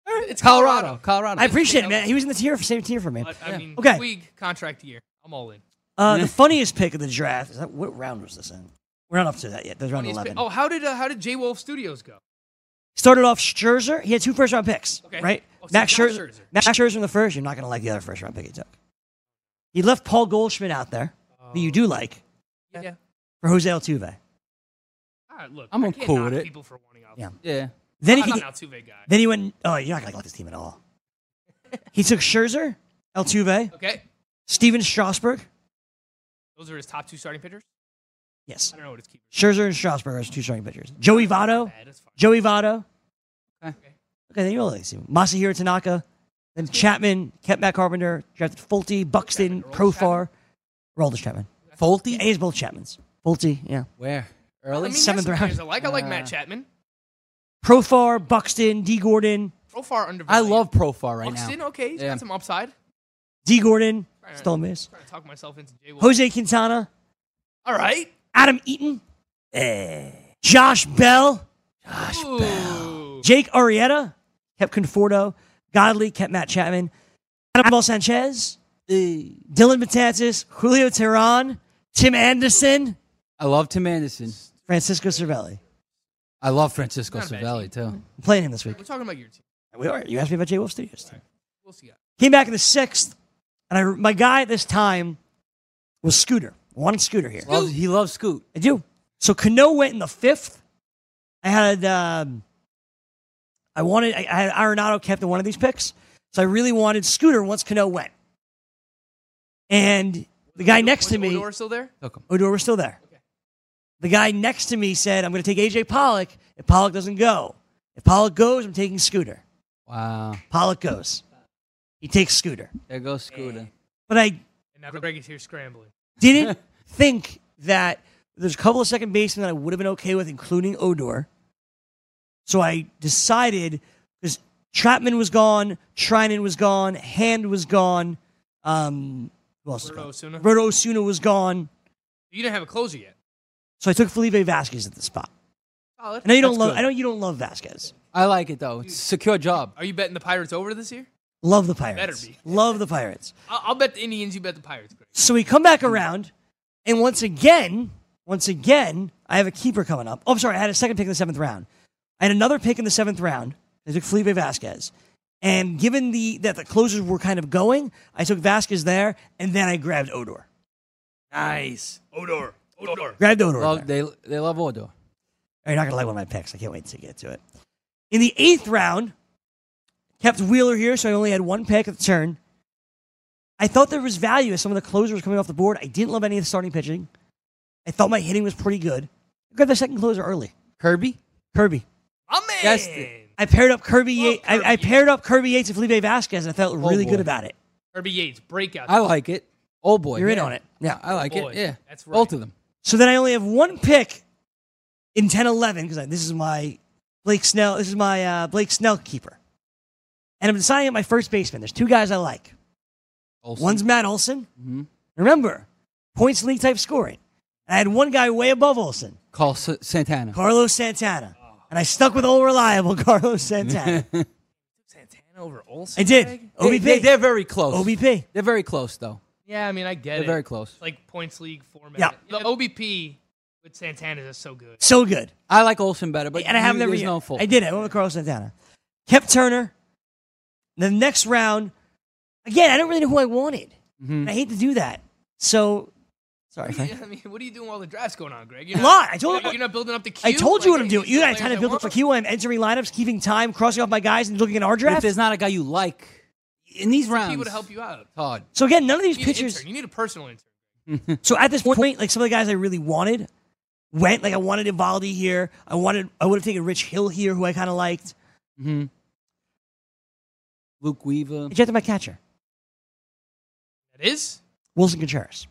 It's Colorado. Colorado. I appreciate it, man. He was in the tier for same tier for me. But, I mean, Okay. Puig contract year. I'm all in. Uh, the funniest pick of the draft is that what round was this in? We're not up to that yet. That's round He's eleven. been- Oh, how did uh, how did J Wolf Studios go? Started off Scherzer. He had two first round picks. Oh. Okay. Right? Oh, so Max Max Scherzer. Scherzer. Max Scherzer in the first. You're not going to like the other first round pick he took. He left Paul Goldschmidt out there, that you Oh. do like, Yeah. for Jose Altuve. All right, look, I'm I can't cool knock with it. People for wanting out. Yeah. Yeah. Then he, I'm could- not too big guy. then he went, oh, you're not going to like this team at all. he took Scherzer, Altuve, Okay. Steven Strasburg, Those are his top two starting pitchers. Yes. I don't know what his keepers. Scherzer and Strasburg are two starting pitchers. Joey Votto. Bad, that's fine. Joey Votto. Okay. Okay, then you only see him. Masahiro Tanaka. Then Chapman, kept Matt Carpenter, drafted Fulte, Buxton, Chapman, Aroldis Profar, Roldis Chapman. Folty? Yeah, he's both Chapmans. Fulte, yeah. Where? I Early? mean, seventh seventh round. round. I like. I like Matt Uh, Chapman. Profar, Buxton, D. Gordon, Profar under. I love Profar right Buxton. now. Okay, he's Yeah. got some upside. D. Gordon, Alright. still a miss. trying to talk myself into J. Wolf. Jose Quintana, All right. Adam Eaton, eh, Josh Bell, Ooh. Jake Arrieta, kept Conforto, Godley, kept Matt Chapman, Adam Sanchez, Dylan Matanzas, Julio Tehran, Tim Anderson, I love Tim Anderson. Francisco Cervelli. I love Francisco Not a bad Savelli, too. I'm playing him this week. We're talking about your team. We are. You asked me about J Wolf Studios. We'll see. Came back in the sixth, and I, my guy at this time was Scooter. One Scooter here. Loves, he loves Scoot. I do. So Cano went in the fifth. I had um, I wanted I, I had Arenado kept in one of these picks. So I really wanted Scooter once Cano went. And the guy next to me, Odor still there? Took him. Odor was still there. The guy next to me said, "I'm going to take AJ Pollock. If Pollock doesn't go, if Pollock goes, I'm taking Scooter. Wow. Pollock goes. He takes Scooter." There goes Scooter. But I And now Greg is here scrambling. didn't think that there's a couple of second basemen that I would have been okay with, including Odor. So I decided because Chapman was gone, Trinan was gone, Hand was gone, um, who else Roberto was Osuna. gone? Roto Osuna was gone. You didn't have a closer yet. So I took Felipe Vasquez at the spot. Solid. I know you don't That's love. good. I know you don't love Vasquez. I like it, though. It's a secure job. Are you betting the Pirates over this year? Love the Pirates. be. Love the Pirates. I'll, I'll bet the Indians. You bet the Pirates. Greg. So we come back around, and once again, once again, I have a keeper coming up. Oh, I'm sorry, I had a second pick in the seventh round. I had another pick in the seventh round. I took Felipe Vasquez, and given the that the closers were kind of going, I took Vasquez there, and then I grabbed Odor. Nice. Odor. Odor. Grabbed Odor. Love, there. they, they love Odor. You're not gonna like one of my picks. I can't wait to get to it. In the eighth round, kept Wheeler here, so I only had one pick at the turn. I thought there was value as some of the closers were coming off the board. I didn't love any of the starting pitching. I thought my hitting was pretty good. I grabbed the second closer early, Kirby? Kirby. My man. That's the- I paired up Kirby. Love Yates. I, I Kirby. paired up Kirby Yates and Felipe Vasquez, and I felt Oh, really boy. good about it. Kirby Yates breakout. I like it. Oh, boy. You're in yeah. on it. Yeah. I like Boy, it. Yeah. that's right. Both of them. So then I only have one pick in 10 11 because this is my Blake Snell. This is my uh, Blake Snell keeper. And I'm deciding at my first baseman. There's two guys I like. Olsen. One's Matt Olson. Mhm. Remember, points league type scoring. And I had one guy way above Olson, Call S- Santana. Carlos Santana. And I stuck with old reliable Carlos Santana. Santana over Olsen. I did. Greg? They, OBP. they, they're very close. OBP. They're very close, though. Yeah, I mean, I get They're it. very close. It's like points league format. Yeah. The OBP with Santana is so good. So good. I like Olsen better, but and I have you- never there's no fault. I did. it. I went with Carlos Santana. Kept Turner. The next round, again, I don't really know who I wanted. Mm-hmm. And I hate to do that. So, sorry, Frank. I mean, what are you doing while the draft's going on, Greg? You're Lot. not, I told you're not building up the queue. I told you Like, what I'm hey, doing. these You are the guys trying to players I build up a want. queue. I'm entering lineups, keeping time, crossing off my guys, and looking at our But if draft. there's not a guy you like in these rounds, Queue to help you out. it's hard. So again, none of these You need, an pitchers. intern. you need a personal intern. So at this point, like some of the guys I really wanted went. Like I wanted Ivaldi here. I wanted. I would have taken Rich Hill here, who I kind of liked. Mhm. Luke Weaver. Ejected my catcher, That is. Wilson Contreras.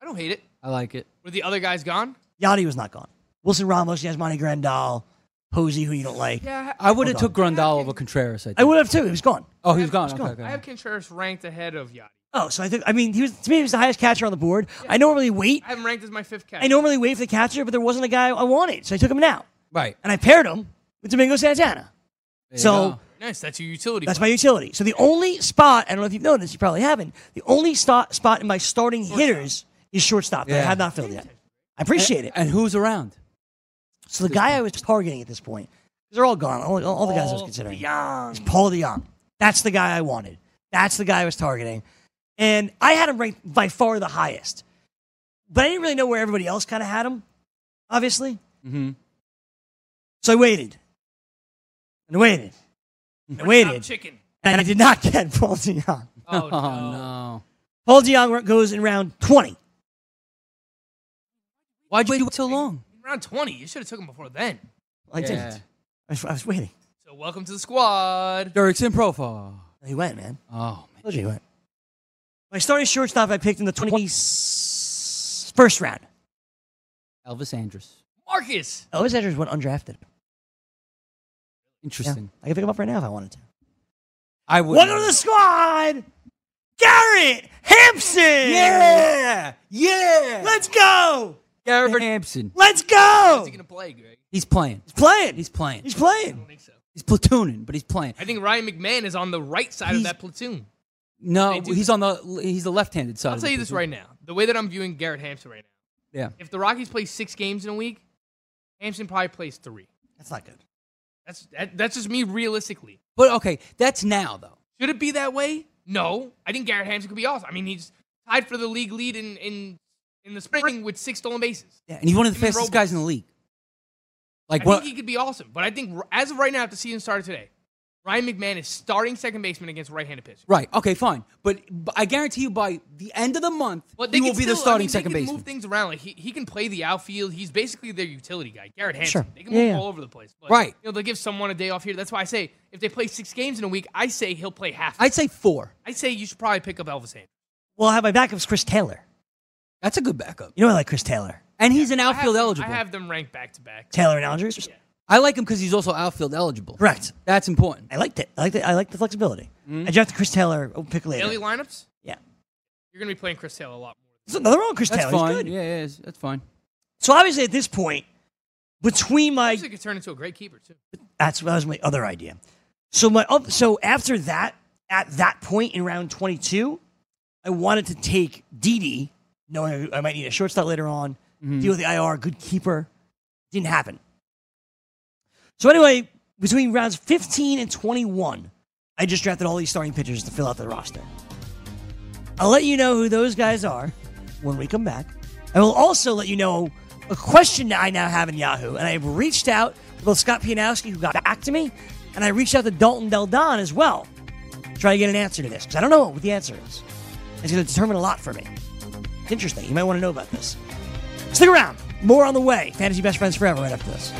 I don't hate it. I like it. Were the other guys gone? Yachty was not gone. Wilson Ramos, Yasmani Grandal, Posey, who you don't like. Yeah. I would have Hold took Grandal over Contreras. I, think. I would have too. He was gone. Oh, he was gone. He's Okay, gone. okay. I have Contreras ranked ahead of Yachty. Oh, so I think. I mean, he was to me. He was the highest catcher on the board. I normally wait. I have him ranked as my fifth catcher. I normally wait for the catcher, but there wasn't a guy I wanted, so I took him now, right. and I paired him with Domingo Santana. There you So go. Nice. That's your utility. That's my player. utility. So the only spot, I don't know if you've noticed, you probably haven't, the only sto- spot in my starting hitters is shortstop that I Yeah. have not filled yet. I appreciate it. And who's around? So the guy I was targeting at this point, 'cause they're all gone, all, all the guys I was considering, is Paul DeYoung. That's the guy I wanted. That's the guy I was targeting. And I had him ranked by far the highest. But I didn't really know where everybody else kind of had him, obviously. Mm-hmm. So I waited. And I waited. And I Stop waited. Chicken. And I did not get Paul DeYoung. Oh, no. no. Paul DeYoung goes in round 20. Why'd you wait so long? Round 20. You should have took him before then. I Yeah. didn't. I was, I was waiting. So welcome to the squad. Dirk's in profile. He went, man. Oh, man. told you he went. My starting shortstop I picked in the 21st first round. Elvis Andrus. Marcus. Elvis Andrews Oh, went undrafted. Yeah. Interesting. I can pick him up right now if I wanted to. I would. Welcome to the squad, Garrett Hampson. Yeah! Yeah! Let's go. Garrett Hampson. Let's go. Is he going to play, Greg? He's playing. He's playing. He's playing. He's playing. I think so. He's platooning, but he's playing. I think Ryan McMahon is on the right side of He's- that platoon. No, They do he's on the he's the left-handed side. I'll of tell the you this platoon. right now. The way that I'm viewing Garrett Hampson right now, Yeah. if the Rockies play six games in a week, Hampson probably plays three. That's not good. That's that, that's just me realistically. But okay, that's now though. Should it be that way? No. I think Garrett Hampson could be awesome. I mean, he's tied for the league lead in in, in the spring with six stolen bases. Yeah, and he's one of the Give me fastest Robles. guys in the league. Like I what? think he could be awesome. But I think r- as of right now, if the season started today, Ryan McMahon is starting second baseman against right-handed pitcher. right. Okay. Fine. But, but I guarantee you, by the end of the month, But he they will can be the still- I starting mean, second they can baseman. Move things around. Like he, he can play the outfield. He's basically their utility guy, Garrett Hanson. Sure. They can Yeah, move yeah. all over the place. But, Right. You know, they'll give someone a day off here. That's why I say if they play six games in a week, I say he'll play half. I, I'd say four. say you should probably pick up Elvis Andrews. Well, I have my backups Chris Taylor. That's a good backup. You know I like Chris Taylor. And he's an I have outfield them- eligible. I have them ranked back to back. Taylor and Andrews. I like him because he's also outfield eligible. Correct. Mm-hmm. That's important. I liked it. I liked it. I liked the flexibility. I drafted Chris Taylor. Oh, pick later. Daily lineups, Yeah. you're going to be playing Chris Taylor a lot more. There's another wrong Chris That's Taylor. He's fine. good. Yeah, yeah, it's- that's fine. So obviously at this point, between my Actually, could turn into a great keeper too. That's that was my other idea. So my up, so after that, at that point in round twenty two, I wanted to take Didi, knowing I might need a shortstop later on, deal with the IR, good keeper. Didn't happen. So anyway, between rounds fifteen and twenty one, I just drafted all these starting pitchers to fill out the roster. I'll let you know who those guys are when we come back. I will also let you know a question that I now have in Yahoo, and I have reached out to both Scott Pianowski, who got back to me, and I reached out to Dalton Del Don as well to try to get an answer to this, because I don't know what the answer is. It's going to determine a lot for me. It's interesting. You might want to know about this. Stick around. More on the way. Fantasy Best Friends Forever right after this.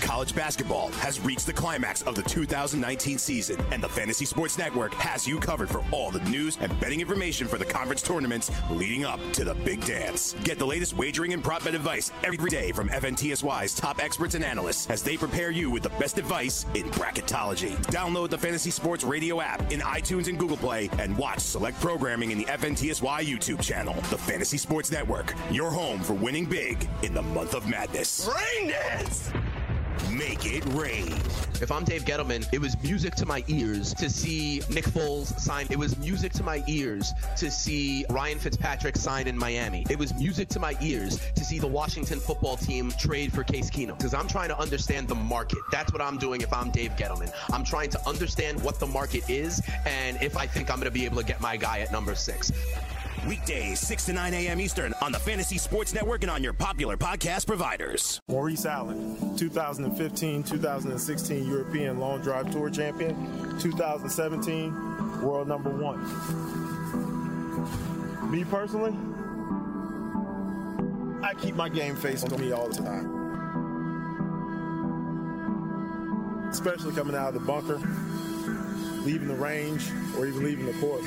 College basketball has reached the climax of the 2019 season, and the Fantasy Sports Network has you covered for all the news and betting information for the conference tournaments leading up to the big dance. Get the latest wagering and prop bet advice every day from FNTSY's top experts and analysts as they prepare you with the best advice in bracketology. Download the Fantasy Sports Radio app in iTunes and Google Play and watch select programming in the FNTSY YouTube channel. The Fantasy Sports Network, your home for winning big in the month of madness. Make it rain. If I'm Dave Gettleman, it was music to my ears to see Nick Foles sign. It was music to my ears to see Ryan Fitzpatrick sign in Miami. It was music to my ears to see the Washington football team trade for Case Keenum because I'm trying to understand the market. That's what I'm doing if I'm Dave Gettleman. I'm trying to understand what the market is and if I think I'm going to be able to get my guy at number six. Weekdays, 6 to 9 a.m. Eastern on the Fantasy Sports Network and on your popular podcast providers. Maurice Allen, 2015 2016 European Long Drive Tour Champion, 2017 World Number One. Me personally, I keep my game face on me all the time. Especially coming out of the bunker, leaving the range, or even leaving the course.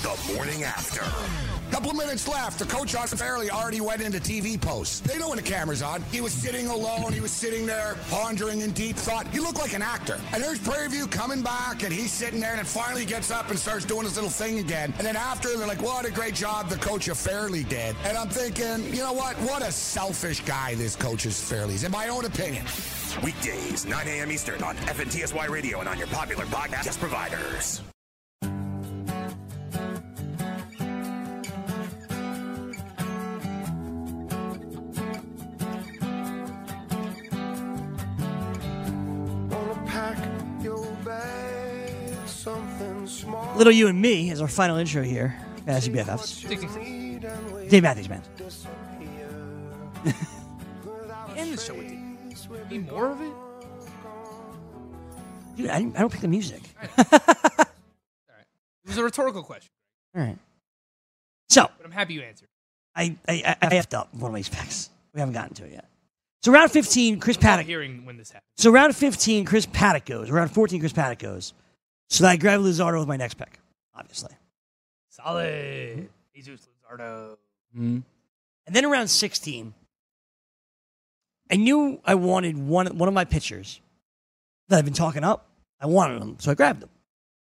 The morning after. Couple minutes left. The coach unfairly already went into TV posts. They know when the camera's on. He was sitting alone. He was sitting there pondering in deep thought. He looked like an actor. And there's Prairie View coming back, and he's sitting there, and it finally gets up and starts doing his little thing again. And then after, they're like, "What a great job the coach fairly did." And I'm thinking, you know what? What a selfish guy this coach is fairly. In my own opinion. Weekdays, 9 a.m. Eastern on FNTSY Radio and on your popular podcast providers. Little You and Me is our final intro here. Fantasy BFFs. Six and six. Dave Matthews, man. show it did. Need more of it? Dude, I, didn't, I don't pick the music. It was a rhetorical question, All right. So but I'm happy you answered. I I, I, I effed up one of these picks. We haven't gotten to it yet. So round 15, Chris Paddock. Hearing when this happened. So round 15, Chris Paddock goes. Round 14, Chris Paddock goes. So I grab Lizardo with my next pick, obviously. Solid. Jesus Luzardo. And then around 16, I knew I wanted one, one of my pitchers that I've been talking up. I wanted him, so I grabbed him.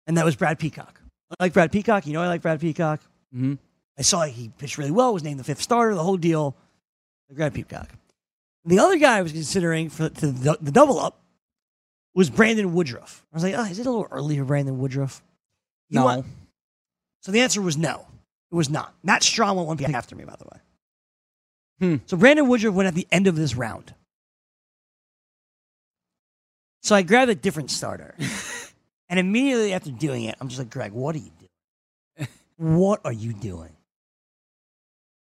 And that was Brad Peacock. I like Brad Peacock. You know I like Brad Peacock. Mhm. I saw he pitched really well, was named the fifth starter, the whole deal. I grabbed Peacock. The other guy I was considering for to the, the double up was Brandon Woodruff. I was like, oh, is it a little early for Brandon Woodruff? You No. want- so the answer was no. It was not. Matt Strom went one pick after me, by the way. Hmm. So Brandon Woodruff went at the end of this round. So I grabbed a different starter. and immediately after doing it, I'm just like, Greg, what are you doing? what are you doing?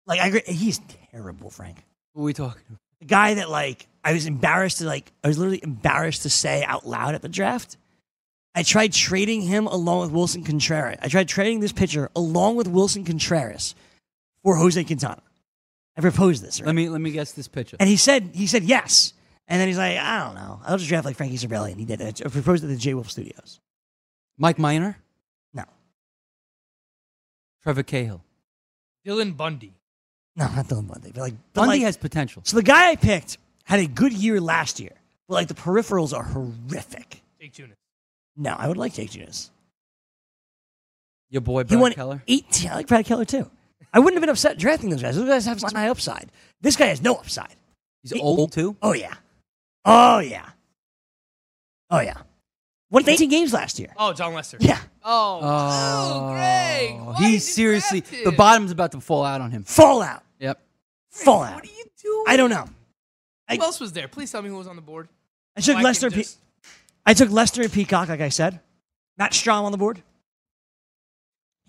Like, I, gra- he's terrible, Frank. What are we talking about? The guy that, like, I was embarrassed to, like, I was literally embarrassed to say out loud at the draft. I tried trading him along with Wilson Contreras. I tried trading this pitcher along with Wilson Contreras for Jose Quintana. I proposed this. right? Let me let me guess this picture. And he said he said yes. And then he's like, I don't know. I'll just draft like Frankie Cervelli. And he did it. I proposed at the J Wolf Studios. Mike Miner, No. Trevor Cahill. Dylan Bundy. No, not Dylan Bundy. But like but Bundy like- has potential. So the guy I picked had a good year last year. But like the peripherals are horrific. Jake Tunis. No, I would like Jake Junis. Your boy He Brad won Keller. 18. I like Brad Keller too. I wouldn't have been upset drafting those guys. Those guys have some high upside. This guy has no upside. He's he- old too. Oh yeah. Oh yeah. Oh yeah. Won 18 games last year. Oh, John Lester. Yeah. Oh, oh, Greg. Oh, why he's did you seriously draft the him? bottom's about to fall out on him. Fallout. Yep. Fallout. What are you doing? I don't know. I- Who else was there? Please tell me who was on the board. I took Oh, I can Lester. and Pe- just- I took Lester and Peacock, like I said. Matt Strom on the board.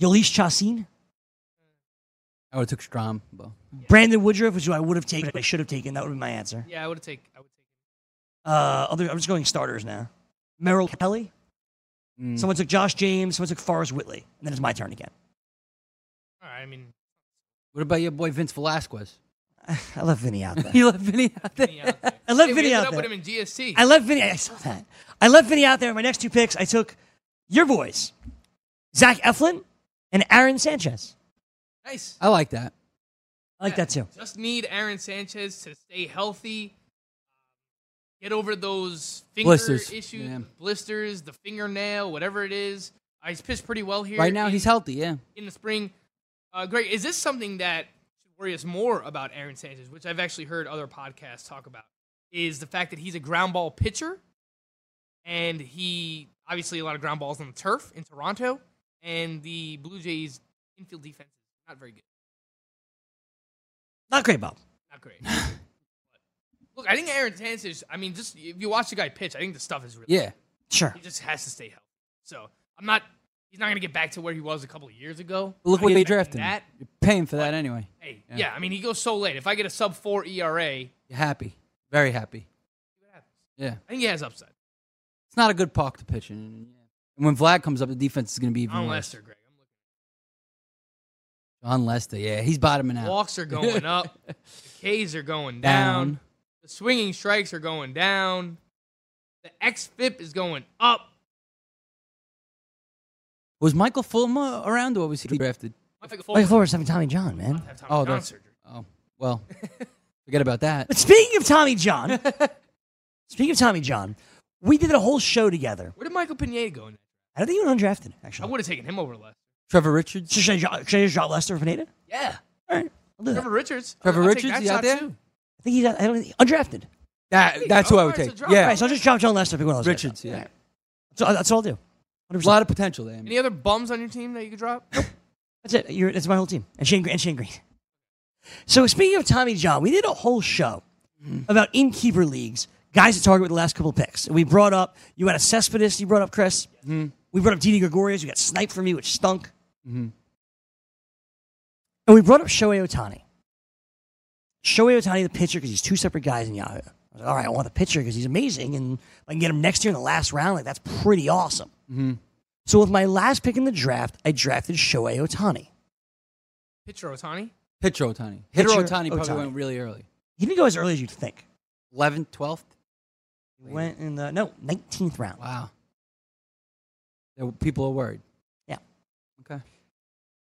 Yolish Chassin, I would have took Strom. But Brandon Woodruff, which I would have taken, I should have taken. That would be my answer. Yeah, I would have taken. I would take. Uh, other, I'm just going starters now. Merrill Kelly. Mm. Someone took Josh James. Someone took Forrest Whitley. And then it's my turn again. All right. I mean, what about your boy Vince Velasquez? I left Vinny out there. He left Vinny out there. Vinny out there. I left Hey, we Vinny ended out up there. with him in GSC. I left Vinny. I saw that. I left Vinny out there. My next two picks, I took your boys, Zach Eflin and Aaron Sanchez. nice. I like that. I like that too. Just need Aaron Sanchez to stay healthy. um, Get over those finger Blisters. issues, Yeah. blisters, the fingernail, whatever it is. Uh, he's pitched pretty well here. Right now in- he's healthy. Yeah. in the spring. Uh, Greg, is this something that should worry us more about Aaron Sanchez, which I've actually heard other podcasts talk about, is the fact that he's a ground ball pitcher, and he obviously a lot of ground balls on the turf in Toronto, and the Blue Jays infield defense is not very good, Not great, Bob. not great. But look, I think Aaron Sanchez. I mean, just if you watch the guy pitch, I think the stuff is really. Yeah. Sure. He just has to stay healthy. So I'm not. He's not going to get back to where he was a couple of years ago. Look I'm what they expecting drafted. him. That You're paying for that anyway. Hey, Yeah. yeah. I mean, he goes so late. If I get a sub four ERA, I You're happy. Very happy. Yeah. think he has upside. It's not a good park to pitch in. And when Vlad comes up, the defense is going to be even On worse. Lester, Greg. I'm looking. John Lester. Yeah, he's bottoming out. Walks are going up. The Ks are going down. The swinging strikes are going down. The XFIP is going up. Was Michael Fulmer around or was he drafted? Michael Michael Fulmer Flores having Tommy John, man. have Tommy Oh, John that's surgery. oh well. Forget about that. But speaking of Tommy John, speaking of Tommy John, we did a whole show together. Where did Michael Pineda go? in that? I don't think you went undrafted, I actually. would have taken him over Lester. Trevor Richards. So should I, drop, should I just drop Lester for Pineda? Yeah. All right, I'll do that. Trevor Richards. Trevor I'll- I'll take Richards, that you out shot, there? too. I think he's I don't think, undrafted. That that's go. who I would Alright, so take. drop Yeah, All right, so I'll just drop John Lester if we want Richards. Yeah, So uh, that's all I'll do. 100%. a lot of potential there. Any other bums on your team that you could drop? That's it. You're, that's my whole team. And Shane, Gre- and Shane Green. So speaking of Tommy John, we did a whole show about innkeeper leagues, guys to target with the last couple picks. And we brought up, you had a Cespedes, you brought up Chris. We brought up Didi Gregorius. You got Snipe for me, which stunk. And we brought up Shohei Otani. Shohei Otani, the pitcher, because he's two separate guys in Yahoo. I was like, all right, I want the pitcher because he's amazing, and if I can get him next year in the last round, like that's pretty awesome. Mm-hmm. So with my last pick in the draft, I drafted Shohei Otani. Pitcher Otani? Pitcher Otani. Hitter Pitcher Otani probably Ohtani. went really early. He didn't go as early as you'd think. 11th, 12th. He went in the no nineteenth round. Wow. There- People are worried. Yeah. Okay.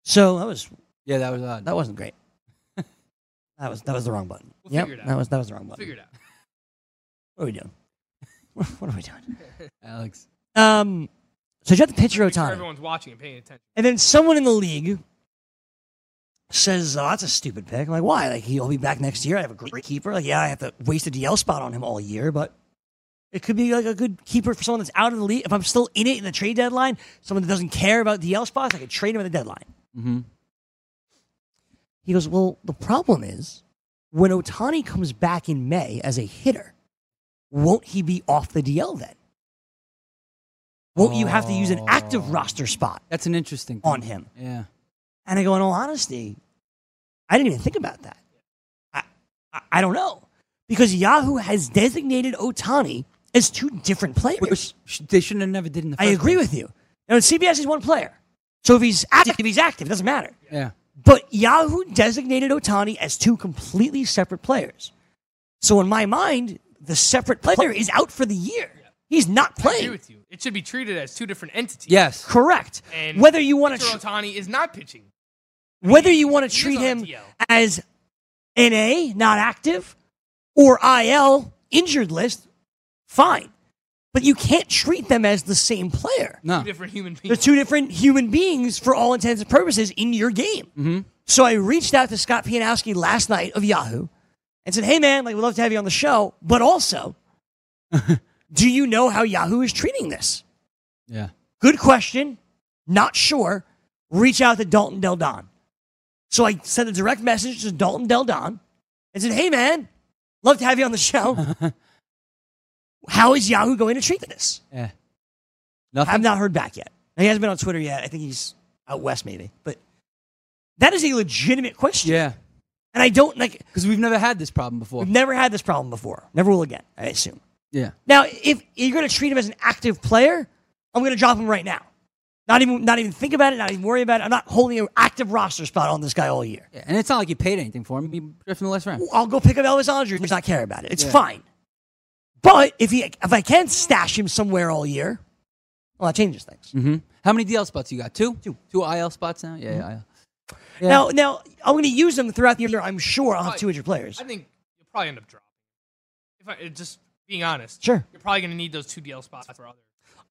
So that was Yeah, that was odd. that wasn't great. that was that was the wrong button. We'll yep, figure it out. that was that was the wrong button. Figure it out. What are we doing? what what are we doing? Alex. Um, so I drafted pitcher Make sure Otani. everyone's watching and paying attention. And then someone in the league says, "Oh, that's a stupid pick." I'm like, "Why? Like he'll be back next year. I have a great keeper. Like, yeah, I have to waste a DL spot on him all year, but it could be like a good keeper for someone that's out of the league. If I'm still in it in the trade deadline, someone that doesn't care about DL spots, I could trade him at the deadline." Mm-hmm. He goes, "Well, the problem is when Otani comes back in May as a hitter, won't he be off the DL then?" Won't you have to use an active Oh. roster spot? That's an interesting thing. On him. Yeah. And I go, in all honesty, I didn't even think about that. I, I, I don't know. Because Yahoo has designated Otani as two different players. Which sh- they shouldn't have never did in the I first agree place. with you. Now, with CBS, he's one player. So if he's active, he's active. It doesn't matter. Yeah. But Yahoo designated Otani as two completely separate players. So in my mind, the separate player is out for the year. He's not I agree playing. with you. It should be treated as two different entities. Yes. Correct. And Whether you want to Pitcher Otani is not pitching. whether you want to He is treat on him DL. as NA, not active, or IL, injured list, fine. But you can't treat them as the same player. No. Two different human They're beings. two different human beings for all intents and purposes in your game. So I reached out to Scott Pianowski last night of Yahoo and said, hey, man, like, we'd love to have you on the show, but also, do you know how Yahoo is treating this? Yeah. Good question. Not sure. Reach out to Dalton Del Don. So I sent a direct message to Dalton Del Don and said, Hey, man, love to have you on the show. How is Yahoo going to treat this? Yeah. I've Nothing. not heard back yet. He hasn't been on Twitter yet. I think he's out west, maybe. But that is a legitimate question. yeah. And I don't like, Because we've never had this problem before. we've never had this problem before. Never will again, I assume. Yeah. Now, if you're going to treat him as an active player, I'm going to drop him right now. Not even, not even think about it. Not even worry about it. I'm not holding an active roster spot on this guy all year. Yeah, And it's not like you paid anything for him. You drafted in the last round. I'll go pick up Elvis Andrews. Does not care about it. It's Yeah. fine. But if he, if I can stash him somewhere all year, well, that changes things. Mm-hmm. How many DL spots you got? Two? Two. Mm-hmm. Two IL spots now? Yeah, yeah, IL. Yeah. Now, now I'm going to use them throughout the year. I'm sure I'll have 200 players. I think you'll probably end up dropping. If I, it- just being honest, Sure. you're probably going to need those two DL spots for other.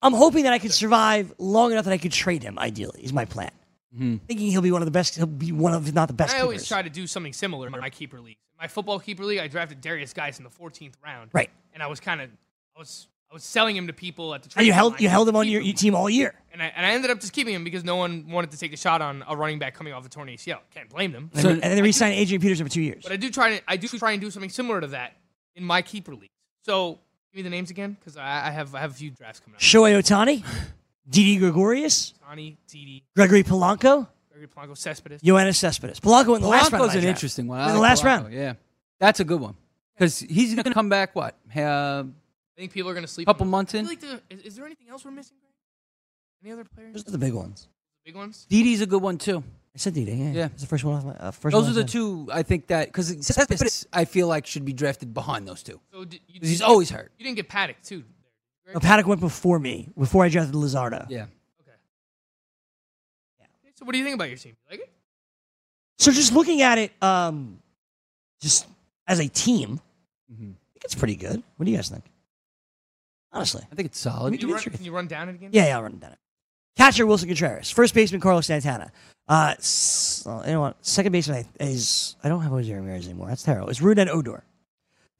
I'm hoping that I could survive long enough that I could trade him. Ideally, is my plan. Mm-hmm. Thinking he'll be one of the best. He'll be one of, if not the best. I always keepers. try to do something similar in my keeper league. My football keeper league, I drafted Darius Geis in the 14th round, Right. And I was kind of, I was, I was selling him to people at the. And you trade held deadline you held him on Keep your, E your team all year. and I, and I ended up just keeping him because no one wanted to take a shot on a running back coming off a torn ACL. Can't blame them. And, So- then and then re-signed Adrian Peterson for two years. But I do try to I do try and do something similar to that in my keeper league. So give me the names again because I, I have I have a few drafts coming up. Shohei Otani, Didi Gregorius, Tani, Didi, Gregory Polanco, Gregory Polanco, Cespedes. Yoannis Cespedes. Polanco in the last round. of Polanco's my an draft. interesting one. I In the like last Polanco, round. Yeah. That's a good one. Because he's going to come back, what, a I think people are going to sleep. couple on- months I feel in? Like the, is, is there anything else we're missing? Greg? Any other players? Those The are the big ones. big ones. Didi's a good one, too. I said Didi. Yeah, Yeah. It's the first one off my uh, first. one Those are off the my- two, I think, that. Because Cespedes, I feel like, should be drafted behind those two. So did, you, 'Cause he's always hurt. You didn't get Paddock too. No, Oh, Paddock went before me. Before I drafted Lizardo. Yeah. So what do you think about your team? You Like it? So just looking at it, um, just as a team, I think it's pretty good. What do you guys think? Honestly. I think it's solid. Can you, run, Dimitri. can you run down it again? Yeah, yeah, I'll run it down. Catcher Wilson Contreras, first baseman Carlos Santana. Uh, s- oh, you know what? Second baseman I- is I don't have Jose Ramirez anymore. That's terrible. It's Rudan Odor.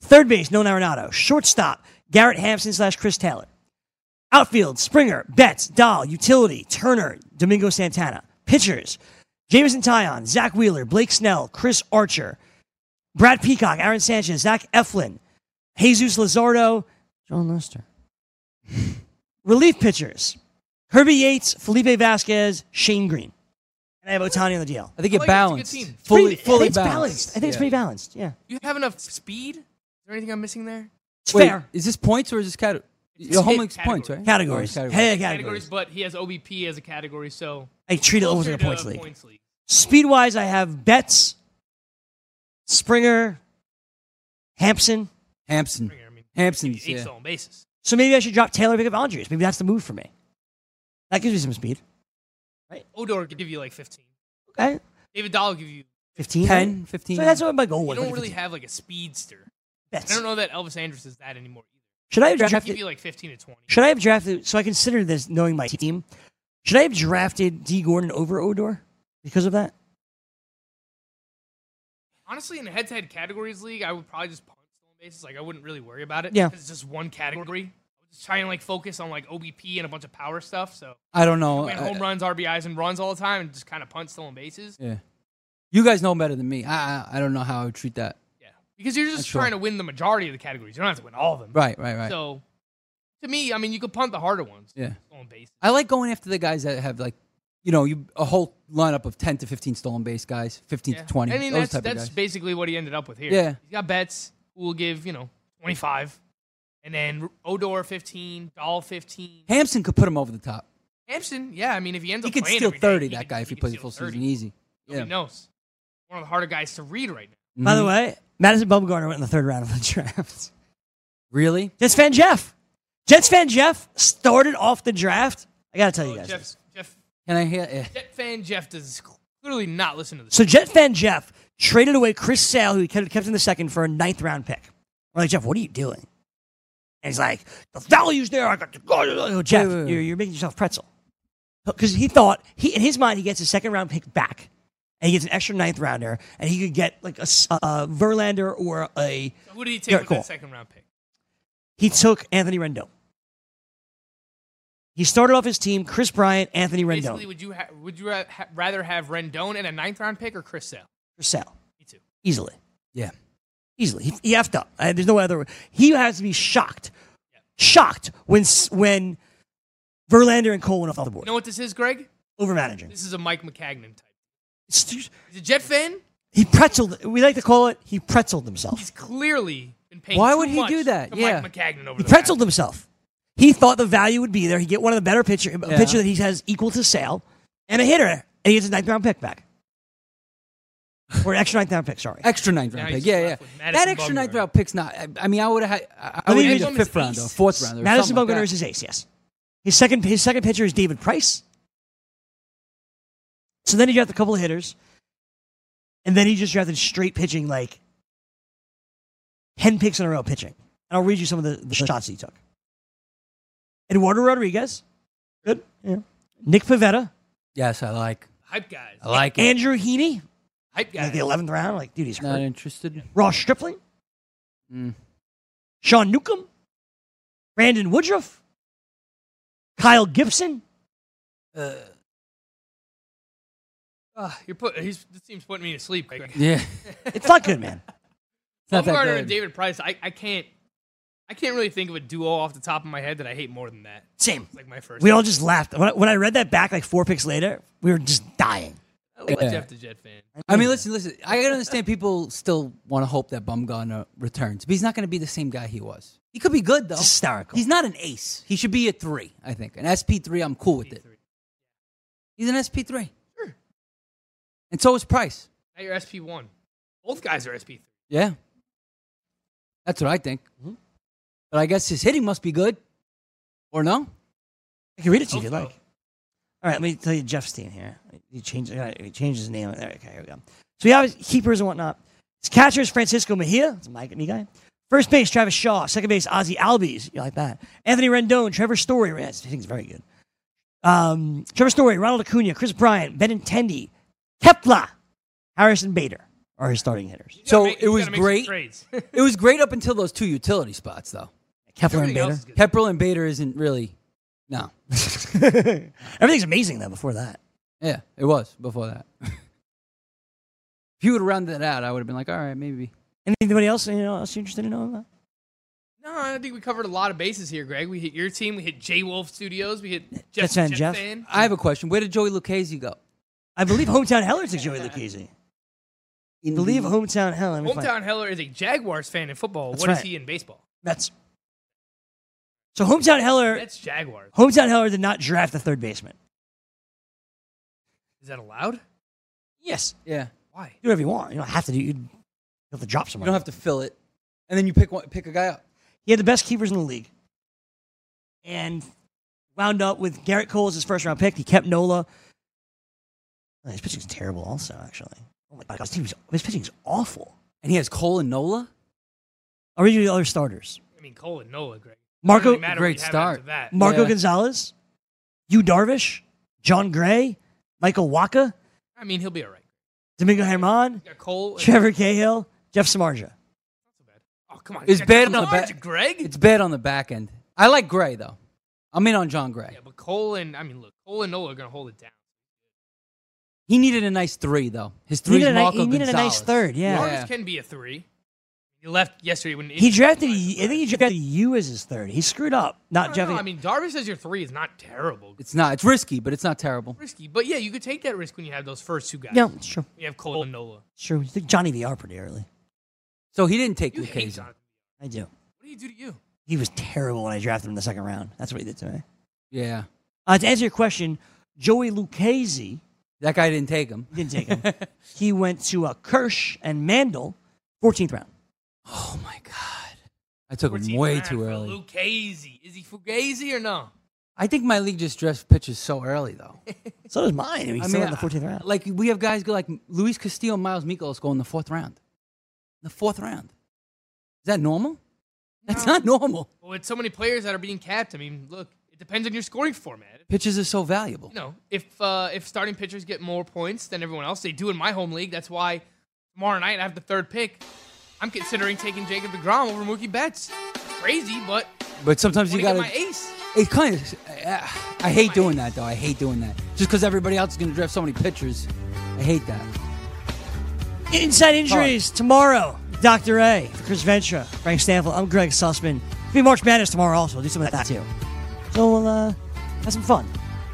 Third base, No Arenado. Shortstop, Garrett Hampson slash Chris Taylor. Outfield, Springer, Betts, Dahl, Utility, Turner, Domingo Santana. Pitchers, Jameson Tyon, Zach Wheeler, Blake Snell, Chris Archer, Brad Peacock, Aaron Sanchez, Zach Eflin, Jesus Lazardo, John Lester. Relief pitchers, Herbie Yates, Felipe Vasquez, Shane Green. And I have Otani on the DL. I think like it. It's a it good balanced. team. Fully, Pretty- I fully think it's balanced. I think it's Yeah. pretty balanced. Yeah. You have enough speed. Is there anything I'm missing there? It's Wait, fair. Is this points or is this category? Your home makes points, right? Categories. Oh, it's Hey, categories, but he has OBP as a category, so I treat it almost closer like a points to league. Speed wise, I have Betts, Springer, Hampson. Hampson. Hampson's. Eight Yeah. stolen bases. So maybe I should drop Taylor pick up Andres. Maybe that's the move for me. That gives me some speed. Right? Odor could give you like 15. Okay. David Dahl will give you. 15? 10, 15. So that's what my goal You was. don't like really 15. have like a speedster. Betts. I don't know that Elvis Andrus is that anymore. Should I have He'll drafted? give you like 15 to 20. Should I have drafted? So I consider this knowing my team. Should I have drafted D Gordon over Odor because of that? Honestly, in a head-to-head categories league, I would probably just punt stolen bases. Like I wouldn't really worry about it. Yeah. 'cause It's just one category. I would just try and like focus on like OBP and a bunch of power stuff. So I don't know. I mean, Oh, I- home runs, RBIs, and runs all the time, and just kind of punt stolen bases. Yeah. You guys know better than me. I I, I don't know how I would treat that. Yeah. Because you're just That's true. trying to win the majority of the categories. You don't have to win all of them. Right, right, right. So, to me, I mean, you could punt the harder ones. yeah. Stolen bases. I like going after the guys that have like, you know, you a whole lineup of ten to fifteen stolen base guys, fifteen Yeah. to twenty. I mean, those that's type that's of guys. basically what he ended up with here. Yeah. He's got bets who will give you know 25, and then Odor 15, Dahl 15, Hampson could put him over the top. Hampson. Yeah, I mean, if he ends He up could playing steal every day, thirty. he that could- guy, if he could plays the steal full 30. season, easy. Nobody Yeah. knows. One of the harder guys to read right now. By the way, Madison Bumgarner went in the third round of the draft. Really? Jets fan Jeff. Jets fan Jeff started off the draft. I gotta tell you guys. this. Oh, Jeff, Jeff, Can I hear? eh. Jet fan Jeff does clearly not listen to this. So Jet fan Jeff traded away Chris Sale, who he kept kept in the second for a ninth round pick. We're like, Jeff, what are you doing? And he's like, the value's there. I got to go. Oh, Jeff, wait, wait. You're, you're making yourself pretzel. Because he thought, he in his mind, he gets a second round pick back. And he gets an extra ninth rounder. And he could get like a, s- a- a Verlander or a. Who did he take Garrett with Cole. that second round pick? He took Anthony Rendon. He started off his team, Chris Bryant, Anthony Basically, Rendon, would you ha- would you ra- ha- rather have Rendon and a ninth round pick or Chris Sale? Chris Sale. Me too. Easily. Yeah. Easily. He, he effed up. Uh, there's no other way. He has to be shocked. Shocked when s- when Verlander and Cole went off the You board. know what this is, Greg? Over managing. This is a Mike McCagnon type. It's- He's a Jet fan. He pretzeled. We like to call it, he pretzeled himself. He's clearly been paying. Why too would he much do that? to Yeah. Mike McCagnon over He the pretzeled past. himself. He thought the value would be there. He'd get one of the better pitcher, a Yeah. pitcher that he has equal to sale, and a hitter. And he gets a ninth round pick back. or an extra ninth round pick, sorry. Extra ninth round Now he's pick. Yeah, left yeah. with Madison That extra ninth Bumgarner. round pick's not. I, I mean, I would have. had. I, I Let would me have read a you- fifth round or a fourth round. Or Madison something like Bumgarner that. is his ace. Yes, his second his second pitcher is David Price. So then he drafted a couple of hitters, and then he just drafted straight pitching, like ten picks in a row pitching. And I'll read you some of the, the shots he took. Eduardo Rodriguez, good. Yeah. Nick Pavetta, Yes, I like. Hype guys. I like it. Andrew Heaney, Hype like guys. the eleventh round. Like, dude, he's Not hurt. interested. Ross Stripling, Mm. Sean Newcomb, Brandon Woodruff, Kyle Gibson. Ugh, you're put. He's, this team's putting me to sleep. Greg. Yeah. It's It's not good, man. not that Bumgarner and good. David Price. I, I can't. I can't really think of a duo off the top of my head that I hate more than that. Same. It's like my first. We all just laughed. When I, when I read that back like four picks later, we were just dying. I love Yeah. Jeff the Jet fan. I mean, listen, listen. I can understand people still want to hope that Bumgarner returns, but he's not going to be the same guy he was. He could be good though. It's hysterical. Oh. He's not an ace. He should be a three, I think. An SP three, I'm cool with it. He's an SP three. Sure. And so is Price. Now you're SP one. Both guys are SP three. Yeah. That's what I think. Mm-hmm. But I guess his hitting must be good. Or no? I can read it to you Oh, if you like. oh. All right, let me tell you Jeff's team here. He changed, uh, he changed his name. There, okay, here we go. So we have keepers and whatnot. His catcher is Francisco Mejia. It's a Mike me guy. First base, Travis Shaw. Second base, Ozzy Albies. You like that? Anthony Rendon, Trevor Story. I think it's very good. Um, Trevor Story, Ronald Acuna, Chris Bryant, Benintendi, Kepla, Harrison Bader are his starting hitters. You gotta So make- it you was gotta make some great. trades. It was great up until those two utility spots though. Kepler and Everything Bader. else is good. Pepperl and Bader isn't really no. Everything's amazing though. Before that, Yeah, it was before that. if you would have rounded that out, I would have been like, all right, maybe. anybody else? You know, else you interested in knowing about? No, I think we covered a lot of bases here, Greg. We hit your team. We hit J Wolf Studios. We hit Jeff, That's on Jet Jeff. Fan. I have a question. Where did Joey Lucchese go? I believe hometown Heller took Joey Lucchese. Mm-hmm. I believe hometown Heller. let me find- Hometown Heller is a Jaguars fan in football. That's What is right. he in baseball? Mets. So hometown Heller, That's Jaguars. hometown Heller did not draft the third baseman. Is that allowed? Yes, Yeah. Why? do whatever you want. You don't have to do. You have to drop You someone. don't have to fill it. And then you pick one, pick a guy up. He had the best keepers in the league, and wound up with Garrett Cole as his first round pick. He kept Nola. Oh, His pitching's terrible, also. Actually, oh my god, his, team's, his pitching's awful. And he has Cole and Nola? Originally, other starters: I mean, Cole and Nola, Greg. Marco- Doesn't matter what Great you have start. after That. Marco Yeah. Gonzalez, Yu Darvish, John Gray, Michael Waka, I mean, he'll be all right. Domingo Herman, You got Cole. and- Trevor Cahill, Jeff Samarja. Oh, come on. It's You got bad on the Samardzija, back. Greg. It's bad on the back end. I like Gray, though. I'm in on John Gray. yeah, but Cole and I mean, look, Cole and Nola are gonna hold it down. He needed a nice three, though. His He three needed a ni- Marco he needed a nice Gonzalez. third, yeah. Lawrence can be a three. He left yesterday when He drafted. I think he drafted you as his third. He screwed up. I, Not don't Jeff. know, I mean, Darvish as your three is not terrible. It's It's not. It's risky, but it's not terrible. risky, but yeah, you could take that risk when you have those first two guys. no, it's true. You have Cole and Nola. It's true. You think Johnny VR pretty early. So he didn't take You hate Lucchese. Jonathan. I do. What do you do to you? He was terrible when I drafted him in the second round. That's what he did to me. Yeah. Uh, to answer your question, Joey Lucchese That guy didn't take him. didn't take him. he went to uh, Kirsch and Mandel, 14th round. Oh, my God. I took him 14th way round too for early. Lucchese. Is he Fugazi or no? I think my league just drafts pitchers so early, though. So does mine. He still in the 14th round. Like we have guys go like Luis Castillo, and Miles Mikolas go in the fourth round. In the fourth round. Is that normal? That's not normal. Well, with so many players that are being capped, I mean, look, it depends on your scoring format. Pitchers are so valuable. You know, if uh, if starting pitchers get more points than everyone else, they do in my home league. That's why tomorrow night I have the third pick. I'm considering taking Jacob Degrom over Mookie Betts. Crazy, but but sometimes want to you get gotta. my ace. It kind of. I, I hate doing that though. I hate doing that. Just because everybody else is going to draft so many pitchers, I hate that. Inside Injuries tomorrow. Dr. A, for Chris Ventura, Frank Stanfield. I'm Greg Sussman. It'll be March Madness tomorrow also. We'll do some of that too. So we'll uh, have some fun.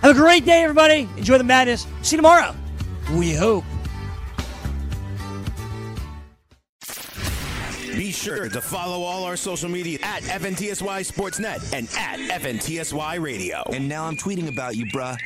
Have a great day, everybody. Enjoy the madness. See you tomorrow. We hope. Be sure to follow all our social media at FNTSY Sportsnet and at FNTSY Radio. And now I'm tweeting about you, bruh.